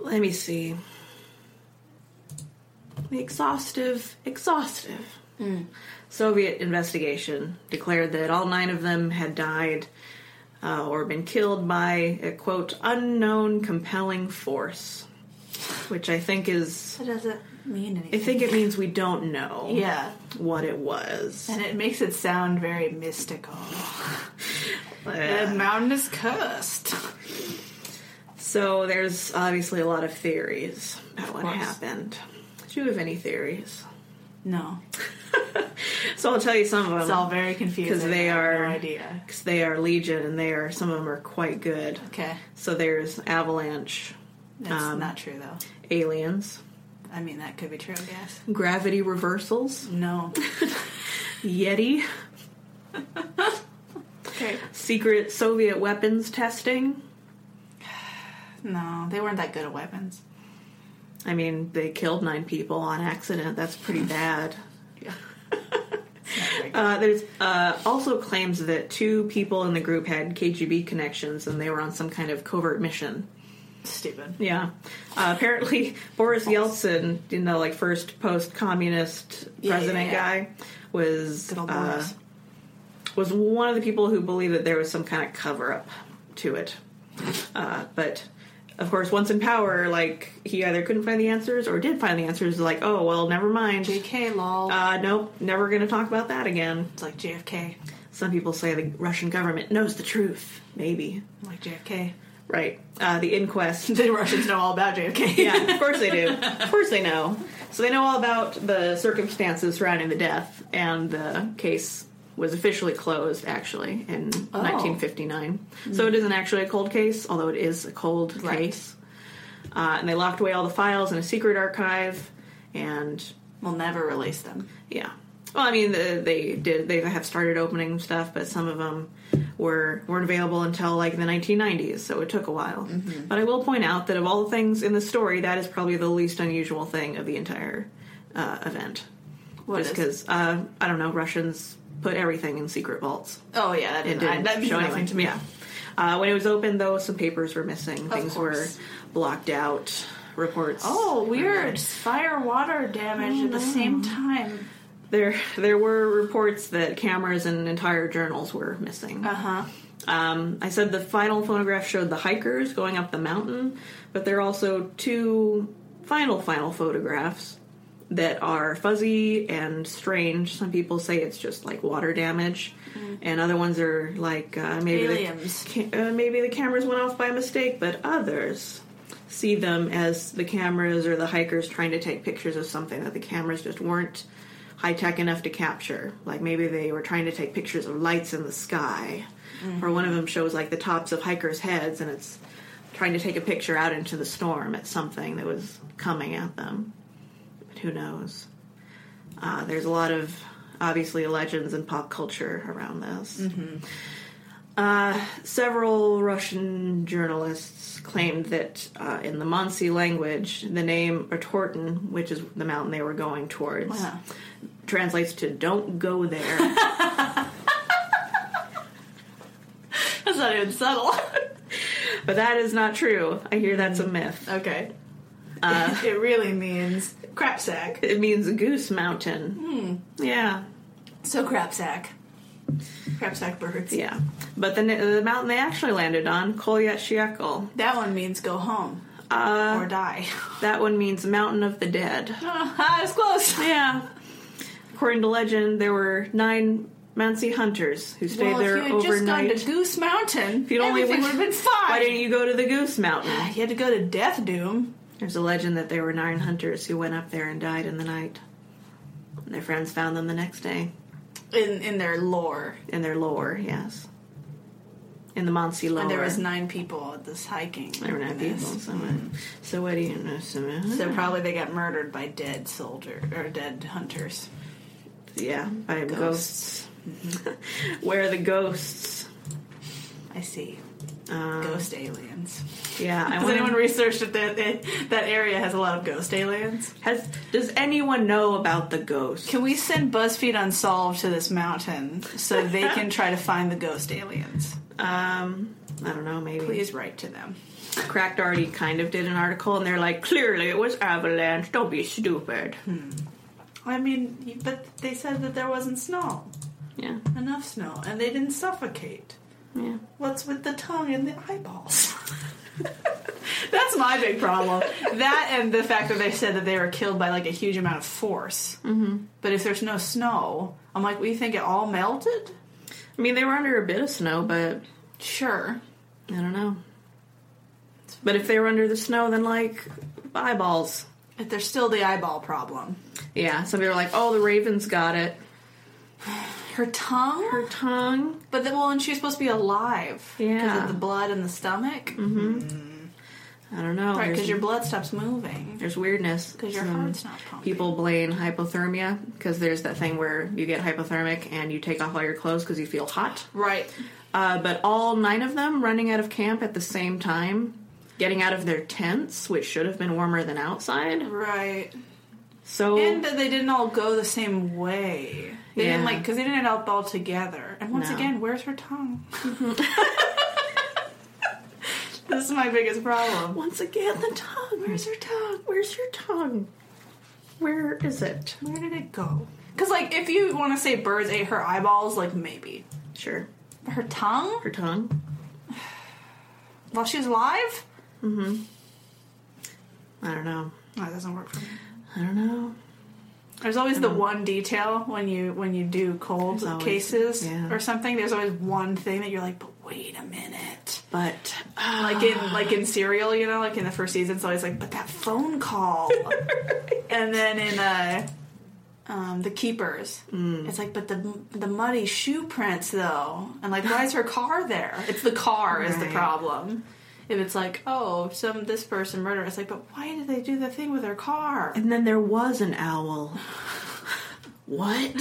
S1: Let me see. The exhaustive, exhaustive Soviet investigation declared that all nine of them had died uh, or been killed by a quote unknown compelling force, which I think is.
S2: That doesn't mean
S1: I
S2: anything.
S1: think it means we don't know
S2: yeah.
S1: what it was.
S2: And it makes it sound very mystical.
S1: Uh,
S2: The mountain is cursed.
S1: so there's obviously a lot of theories about what
S2: course.
S1: happened. Do you have any theories?
S2: No.
S1: So I'll tell you some of them.
S2: It's all very confusing.
S1: Um, 'Cause they
S2: I have
S1: are-
S2: No idea.
S1: 'Cause they are legion and they are some of them are quite good
S2: Okay.
S1: so there's avalanche
S2: That's
S1: Um,
S2: not true, though.
S1: aliens
S2: I mean, that could be true, I guess.
S1: gravity reversals
S2: No.
S1: yeti
S2: okay.
S1: secret soviet weapons testing
S2: No, they weren't that good at weapons.
S1: i mean they killed nine people on accident that's pretty bad
S2: Yeah. It's not very good.
S1: uh, there's uh, also claims that two people in the group had kgb connections and they were on some kind of covert mission
S2: Stupid.
S1: Yeah. Uh, apparently, Boris Yeltsin, you know, like first post-communist
S2: Yeah,
S1: president
S2: yeah, yeah.
S1: guy, was
S2: Good old
S1: uh,
S2: Boris.
S1: was one of the people who believed that there was some kind of cover-up to it. Uh, but of course, once in power, like he either couldn't find the answers or did find the answers. Like, oh well, never mind.
S2: JK, lol.
S1: Uh, nope, never going to talk about that again.
S2: it's like JFK.
S1: Some people say the Russian government knows the truth. Maybe.
S2: Like JFK.
S1: Right. Uh, the inquest.
S2: The Russians know all about JFK.
S1: yeah, of course they do. Of course they know. So they know all about the circumstances surrounding the death, and the case was officially closed actually in
S2: Oh.
S1: 1959. So it isn't actually a cold case, although it is a cold
S2: Right.
S1: case. Uh, and they locked away all the files in a secret archive, and
S2: We'll never release them.
S1: yeah. Well, I mean, the, they did. They have started opening stuff, but some of them were weren't available until like the 1990s, so it took a while.
S2: Mm-hmm.
S1: But I will point out that of all the things in the story, that is probably the least unusual thing of the entire uh, event.
S2: What
S1: Just
S2: is-
S1: because uh, I don't know, Russians put everything in secret vaults.
S2: Oh yeah, that
S1: It
S2: didn't.
S1: didn't
S2: I, that means
S1: show
S2: nothing
S1: anyone.
S2: to me.
S1: Yeah. Uh, when it was open, though, some papers were missing. Things were
S2: course.
S1: blocked out. Reports.
S2: Oh, weird. Fire water damage at the same time.
S1: There, there were reports that cameras and entire journals were missing.
S2: Uh huh.
S1: Um, I said the final photograph showed the hikers going up the mountain, but there are also two final, final photographs that are fuzzy and strange. Some people say it's just like water damage, and other ones are like uh, maybe
S2: Aliens.
S1: the ca- uh, maybe the cameras went off by mistake, but others see them as the cameras or the hikers trying to take pictures of something that the cameras just weren't high tech enough to capture. Like maybe they were trying to take pictures of lights in the sky, or one of them shows like the tops of hikers' heads, and it's trying to take a picture out into the storm at something that was coming at them. But who knows? Uh, there's a lot of obviously legends and pop culture around this. Uh, several Russian journalists claimed that uh, in the Mansi language, the name Atortin, which is the mountain they were going towards,
S2: Wow.
S1: translates to "Don't go there."
S2: That's not even subtle.
S1: but that is not true. I hear that's a myth.
S2: okay. Uh, it really means crap sack.
S1: It means Goose Mountain. Yeah,
S2: So crap sack. Crap sack birds.
S1: yeah. But the, the mountain they actually landed on, Kolyat Shiekal,
S2: That one means go home
S1: uh,
S2: or die.
S1: that one means Mountain of the Dead.
S2: Ah, I was close.
S1: Yeah. Of according to legend, there were nine Mansi hunters who stayed
S2: well,
S1: there
S2: if you had just gone
S1: overnight.
S2: to Goose Mountain,
S1: you'd only
S2: everything would have
S1: went-
S2: been fine. Ah,
S1: Why didn't you go to the Goose Mountain?
S2: you had to go to Death Doom.
S1: There's a legend that there were nine hunters who went up there and died in the night. And their friends found them the next day.
S2: In in their lore,
S1: In their lore, yes. In the Mansi lore.
S2: and there was nine people at this hiking.
S1: There were nine people.
S2: Goodness.
S1: So, what- so what do you know? So,
S2: So probably they got murdered by dead soldier or dead hunters.
S1: yeah, by ghosts. Where are the ghosts?
S2: I see.
S1: Um,
S2: Ghost aliens.
S1: Yeah, I
S2: Has
S1: wanna-
S2: anyone researched that, that that area has a lot of ghost aliens?
S1: Has does anyone know about the ghost?
S2: Can we send BuzzFeed Unsolved to this mountain so they can try to find the ghost aliens?
S1: Um, I don't know. Maybe
S2: Please write to them.
S1: Cracked already kind of did an article, and they're like, clearly it was avalanche. Don't be stupid.
S2: Hmm. I mean, but they said that there wasn't snow,
S1: Yeah,
S2: enough snow, and they didn't suffocate.
S1: yeah.
S2: What's with the tongue and the eyeballs? That's my big problem. That and the fact that they said that they were killed by like a huge amount of force. Mm-hmm. But if there's no snow, I'm like, well, you think it all melted?
S1: I mean, they were under a bit of snow, but
S2: Sure.
S1: I don't know. But if they were under the snow, then like eyeballs.
S2: But there's still the eyeball problem.
S1: Yeah, some people are like, oh, the ravens got it.
S2: Her tongue?
S1: Her tongue.
S2: But then, well, and she was supposed to be alive. Because
S1: Yeah.
S2: of the blood in the stomach.
S1: I don't know.
S2: Right, because
S1: there's,
S2: your blood stops moving.
S1: there's weirdness.
S2: Because your
S1: Some
S2: heart's not pumping.
S1: People blame hypothermia because there's that thing where you get hypothermic and you take off all your clothes because you feel hot.
S2: Right.
S1: Uh, but all nine of them running out of camp at the same time, getting out of their tents, which should have been warmer than outside.
S2: Right.
S1: So
S2: And that they didn't all go the same way. They didn't
S1: Yeah.
S2: like because they didn't all all together. And once
S1: No.
S2: again, where's her tongue? this is my biggest problem.
S1: once again, the tongue. Where's your tongue? Where's your tongue? Where is it?
S2: Where did it go? Because like, if you want to say birds ate her eyeballs, like maybe
S1: Sure,
S2: But her tongue
S1: her tongue.
S2: while she was alive.
S1: I don't know.
S2: No, that doesn't work for me.
S1: I don't know.
S2: There's always the one detail when you when you do cold
S1: There's always-
S2: cases
S1: yeah.
S2: or something. There's always one thing that you're like, but wait a minute.
S1: But uh,
S2: like in like in Serial, you know, like in the first season, it's always like, but that phone call, and then in uh, um, the Keepers, it's like, but the the muddy shoe prints though, and like, why is her car there? It's the car is the
S1: Right.
S2: problem. If it's like, oh, some this person murdered, it's like, but why did they do the thing with her car?
S1: and then there was an owl. what?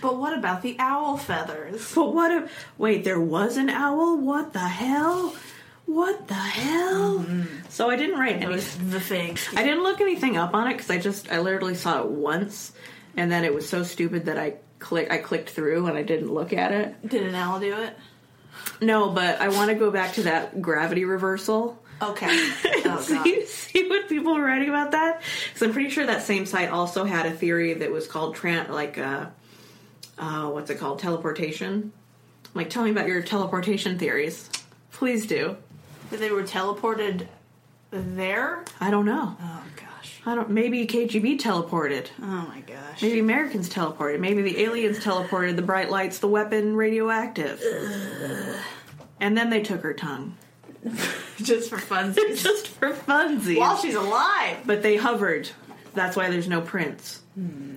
S2: But what about the owl feathers?
S1: But what if? Wait, there was an owl. What the hell? What the hell? So I didn't write anything.
S2: the thing.
S1: I didn't look anything up on it because I just I literally saw it once, and then it was so stupid that I click I clicked through and I didn't look at it.
S2: Did an owl do it?
S1: No, but I want to go back to that gravity reversal.
S2: Okay. Oh, God.
S1: see, see what people were writing about that because I'm pretty sure that same site also had a theory that was called tran like uh, uh what's it called teleportation. I'm like, tell me about your teleportation theories, please do.
S2: That they were teleported there?
S1: I don't know.
S2: Oh, gosh.
S1: I don't. Maybe KGB teleported.
S2: Oh my gosh.
S1: Maybe Americans teleported. Maybe the aliens teleported. The bright lights, the weapon, radioactive. And then they took her tongue.
S2: Just for funsies.
S1: Just for funsies.
S2: While she's alive.
S1: But they hovered. That's why there's no prints.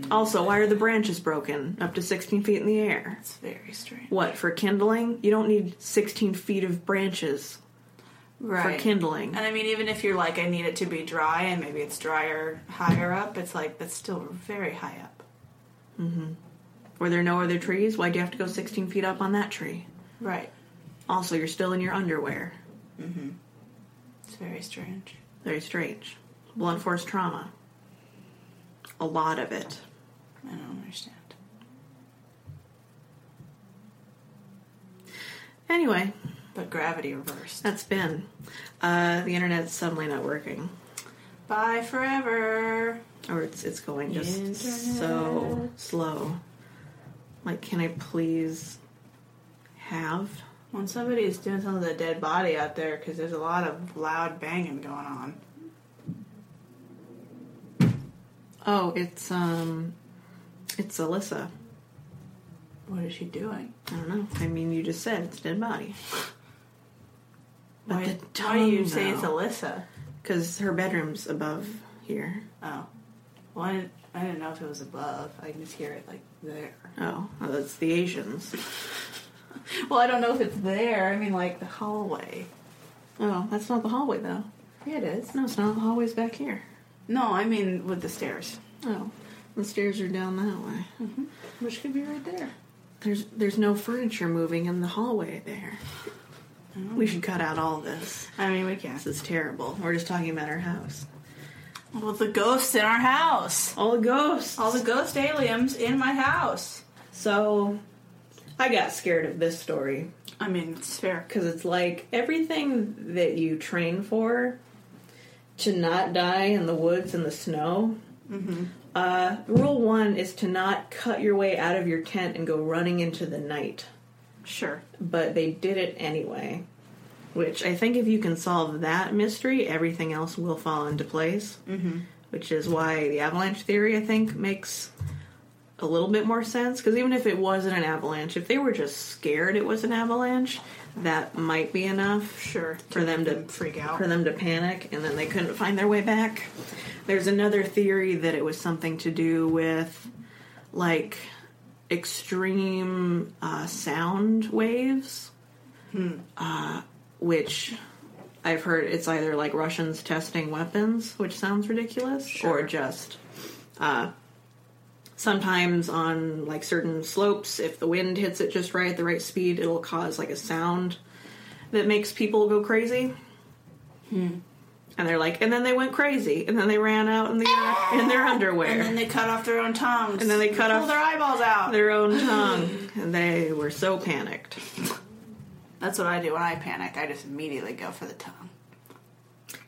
S1: Also, why are the branches broken up to 16 feet in the air?
S2: It's very strange.
S1: What, for kindling? You don't need 16 feet of branches
S2: Right.
S1: for kindling.
S2: and I mean, even if you're like, I need it to be dry, and maybe it's drier higher up, it's like, that's still very high up.
S1: Were there no other trees? Why do you have to go 16 feet up on that tree?
S2: Right.
S1: Also, you're still in your underwear.
S2: It's very strange.
S1: Very strange. Blunt force trauma. A lot of it.
S2: I don't understand.
S1: Anyway,
S2: But gravity reversed.
S1: that's been. Uh, the internet's suddenly not working,
S2: Bye forever.
S1: or it's it's going just
S2: Internet.
S1: so slow. Like, can I please have?
S2: When somebody's doing something with a dead body out there, because there's a lot of loud banging going on.
S1: Oh, it's um, It's Alyssa.
S2: What is she doing?
S1: I don't know. I mean, you just said it's a dead body. But
S2: Why,
S1: the
S2: why do you
S1: tongue,
S2: say it's
S1: though.
S2: Alyssa?
S1: Because her bedroom's above here.
S2: Oh. Well, I didn't, I didn't know if it was above. I can just hear it like there.
S1: Oh, well, that's the Asians.
S2: Well, I don't know if it's there. I mean, like the hallway.
S1: Oh, that's not the hallway, though.
S2: Yeah, it is.
S1: No, it's not. The hallway's back here.
S2: No, I mean with the stairs,
S1: Oh, the stairs are down that way.
S2: Mm-hmm. which could be right there.
S1: There's there's no furniture moving in the hallway there. We should cut out all this.
S2: I mean, we can.
S1: This is terrible. We're just talking about our house.
S2: Well, the ghosts in our house.
S1: All the ghosts.
S2: All the ghost aliens in my house.
S1: So, I got scared of this story
S2: I mean, it's fair.
S1: because it's like everything that you train for to not die in the woods in the snow.
S2: Mm-hmm.
S1: Uh, rule one is to not cut your way out of your tent and go running into the night.
S2: Sure.
S1: but they did it anyway. Which I think if you can solve that mystery, everything else will fall into place. Mm-hmm. Which is why the avalanche theory, I think, makes a little bit more sense. Because even if it wasn't an avalanche, if they were just scared it was an avalanche, that might be enough
S2: Sure.
S1: for them to
S2: freak out.
S1: for them to panic, and then they couldn't find their way back. There's another theory that it was something to do with like extreme uh, sound waves, uh, which I've heard it's either like Russians testing weapons, which sounds ridiculous,
S2: Sure.
S1: or just uh, sometimes on like certain slopes if the wind hits it just right at the right speed it'll cause like a sound that makes people go crazy
S2: Hmm.
S1: and they're like and then they went crazy and then they ran out in the in their underwear
S2: and then they cut off their own tongues.
S1: And then they cut
S2: pull
S1: off
S2: their eyeballs out.
S1: their own tongue and they were so panicked
S2: That's what I do when I panic. I just immediately go for the tongue.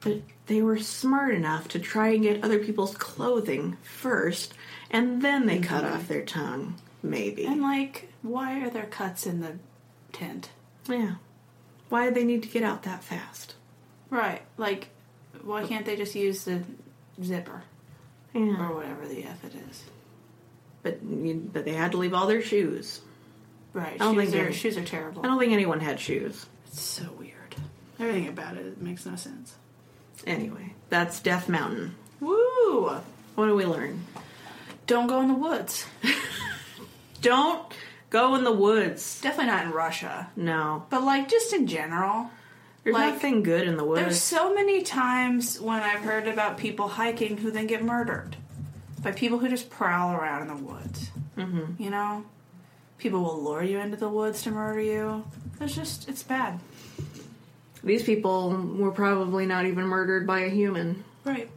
S1: but they were smart enough to try and get other people's clothing first and then they cut off their tongue maybe
S2: Mm-hmm. And like, why are there cuts in the tent?
S1: yeah why did they need to get out that fast
S2: Right. Like, why can't they just use the zipper
S1: yeah
S2: or whatever the f it is?
S1: But you, but they had to leave all their shoes.
S2: Right.
S1: don't
S2: Shoes
S1: think
S2: are,
S1: they-
S2: shoes are
S1: I
S2: terrible.
S1: don't think anyone had shoes.
S2: It's so weird. Everything about it, it makes no sense.
S1: Anyway, that's Death Mountain.
S2: Woo!
S1: What do we learn?
S2: Don't go in the woods.
S1: Don't go in the woods.
S2: Definitely not in Russia.
S1: No,
S2: But like, just in general,
S1: there's
S2: Like-
S1: nothing good in the
S2: there's
S1: woods.
S2: so many times when I've heard about people hiking who then get murdered by people who just prowl around in the woods. Mm-hmm. You know, people will lure you into the woods to murder you. There's just it's bad.
S1: These people were probably not even murdered by a human.
S2: Right.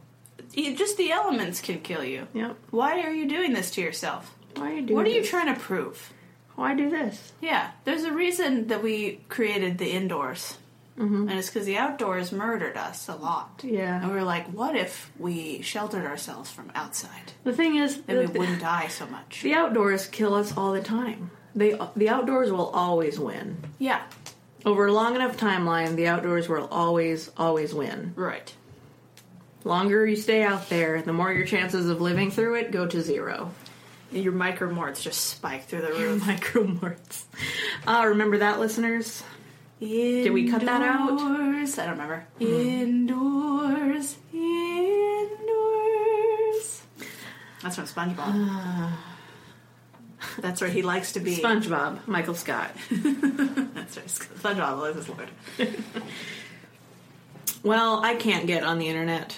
S2: You, just the elements can kill you.
S1: Yep.
S2: Why are you doing this to yourself?
S1: Why do?
S2: what are you
S1: this?
S2: trying to prove?
S1: Why do this?
S2: Yeah, there's a reason that we created the indoors. Mm-hmm. And it's because the outdoors murdered us a lot.
S1: Yeah.
S2: And we were like, what if we sheltered ourselves from outside?
S1: The thing is,
S2: Then we
S1: the-
S2: wouldn't die so much.
S1: the outdoors kill us all the time. They the outdoors will always win.
S2: Yeah,
S1: Over a long enough timeline, the outdoors will always always win.
S2: right.
S1: longer you stay out there, the more your chances of living through it go to zero.
S2: Your micromorts just spike through the roof.
S1: Micromorts. Uh, remember that, listeners?
S2: Did
S1: we cut that out?
S2: Indoors. I don't remember. Indoors. Indoors. That's from SpongeBob. That's where he likes to be.
S1: SpongeBob, Michael Scott.
S2: That's right. SpongeBob lives his lord.
S1: Well, I can't get on the internet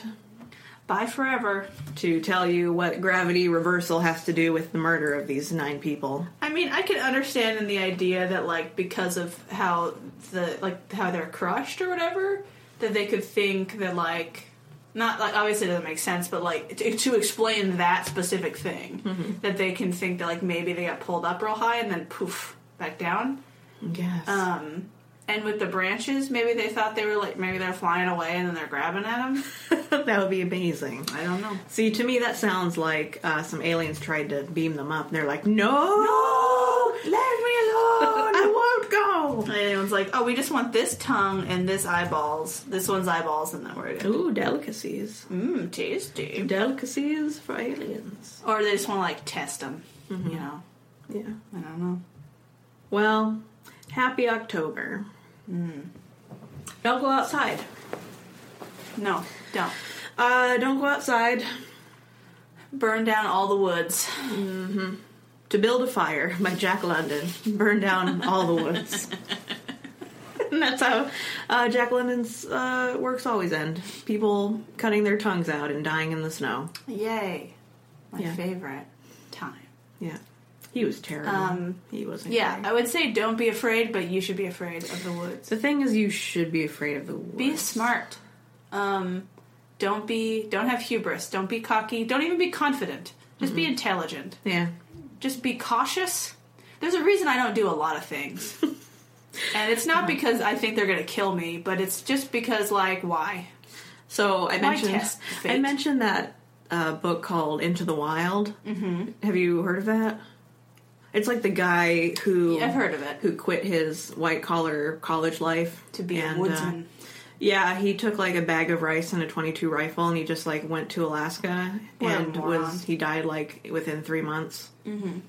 S2: Bye forever.
S1: to tell you what gravity reversal has to do with the murder of these nine people.
S2: I mean, I can understand in the idea that like because of how the like how they're crushed or whatever, that they could think that like not like obviously it doesn't make sense, but like to, to explain that specific thing that they can think that like maybe they got pulled up real high and then poof back down.
S1: Yes.
S2: Um, and with the branches, maybe they thought they were like maybe they're flying away and then they're grabbing at them.
S1: that would be amazing.
S2: I don't know.
S1: See, to me, that sounds like uh, some aliens tried to beam them up, and they're like, no!
S2: No, leave me alone.
S1: I won't go!
S2: And anyone's like, oh, we just want this tongue and this eyeballs. This one's eyeballs, and then we're good.
S1: Ooh, delicacies.
S2: Mmm, tasty.
S1: Delicacies for aliens.
S2: Or they just want to like test them. You know,
S1: Yeah.
S2: I don't know.
S1: Well, happy October.
S2: Hmm.
S1: Don't go outside.
S2: No, don't
S1: Uh, don't go outside
S2: burn down all the woods.
S1: to build a fire by Jack London. Burn down all the woods. and that's how uh, Jack London's uh, works always end. People cutting their tongues out and dying in the snow.
S2: Yay, my
S1: Yeah.
S2: favorite time.
S1: Yeah. He was terrible.
S2: Um,
S1: he wasn't.
S2: Yeah,
S1: great.
S2: I would say don't be afraid, but you should be afraid of the woods.
S1: The thing is, you should be afraid of the woods.
S2: Be smart. Um, don't be. Don't have hubris. Don't be cocky. Don't even be confident. Just be intelligent.
S1: Yeah.
S2: Just be cautious. There's a reason I don't do a lot of things, and it's not because I think they're gonna kill me, but it's just because like why?
S1: So I
S2: Why
S1: mentioned
S2: test fate?
S1: I mentioned that uh, book called Into the Wild. Mm-hmm. Have you heard of that? It's like the guy who
S2: I've heard of it.
S1: who quit his white collar college life
S2: To be
S1: and,
S2: a
S1: uh,
S2: woodsman.
S1: yeah, he took like a bag of rice and a twenty-two rifle, and he just like went to Alaska
S2: What a
S1: and
S2: moron.
S1: was he died like within three months, mm-hmm.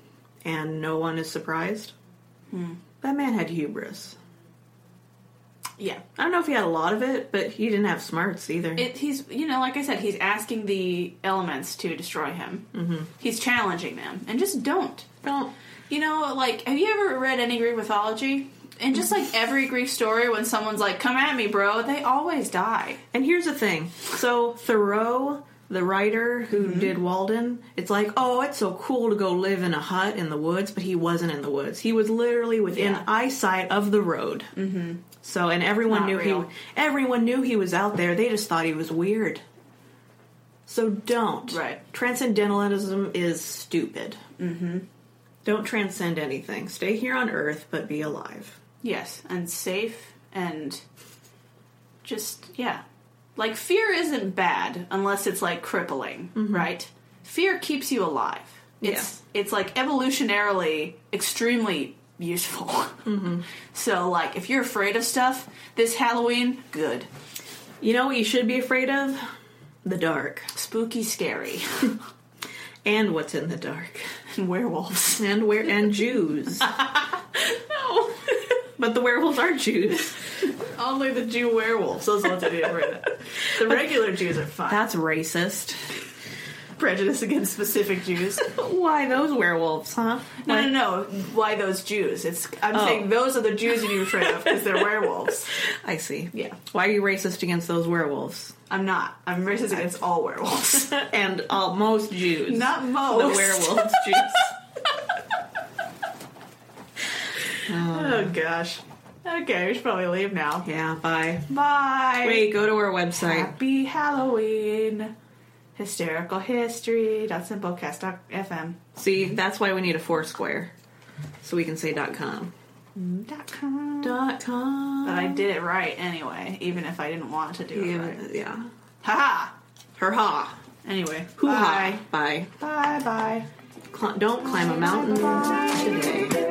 S1: and no one is surprised.
S2: Hmm.
S1: That man had hubris.
S2: yeah.
S1: I don't know if he had a lot of it, but he didn't have smarts either.
S2: It, he's, you know, like I said, he's asking the elements to destroy him. Mm-hmm. He's challenging them, and just don't.
S1: don't
S2: You know, like, have you ever read any Greek mythology? And just like every Greek story, when someone's like, "Come at me, bro," they always die.
S1: And here's the thing. So Thoreau, the writer who
S2: Mm-hmm.
S1: did Walden, it's like, oh, it's so cool to go live in a hut in the woods, but he wasn't in the woods. He was literally within
S2: Yeah.
S1: eyesight of the road. Mm-hmm. So, and everyone
S2: Not
S1: knew
S2: real.
S1: he. Everyone knew he was out there. They just thought he was weird. So don't.
S2: Right.
S1: Transcendentalism is stupid. Mm-hmm. Don't transcend anything. Stay here on Earth, but be alive.
S2: Yes, and safe, and just yeah, like fear isn't bad unless it's like crippling, right? Fear keeps you alive. It's it's like evolutionarily extremely useful. Mm-hmm. so like, if you're afraid of stuff, this Halloween, good,
S1: You know what you should be afraid of? The dark.
S2: spooky, scary,
S1: And what's in the dark.
S2: and werewolves.
S1: and where and Jews.
S2: No.
S1: But the werewolves are Jews.
S2: Only the Jew werewolves. Those ones I didn't read it. The regular Jews are fine.
S1: That's racist.
S2: prejudice against specific Jews.
S1: Why those werewolves, huh?
S2: No, no,
S1: Why-
S2: no. Why those Jews? It's I'm
S1: Oh.
S2: saying those are the Jews you need to be afraid of because they're werewolves.
S1: I see.
S2: Yeah.
S1: Why are you racist against those werewolves?
S2: I'm not. I'm racist against all werewolves.
S1: and all most Jews.
S2: Not
S1: the
S2: most.
S1: werewolves Jews.
S2: Oh gosh. Okay, we should probably leave now.
S1: Yeah, bye.
S2: Bye.
S1: Wait, go to our website.
S2: Happy Halloween. Hysterical history. Simplecast.fm.
S1: See, that's why we need a foursquare. So we can say dot com.
S2: Dot com.
S1: Dot com.
S2: But I did it right anyway, even if I didn't want to do it
S1: yeah.
S2: right.
S1: yeah.
S2: Ha
S1: Her ha.
S2: Anyway.
S1: Hoo ha. Bye.
S2: Bye bye.
S1: Cl- don't climb a mountain today.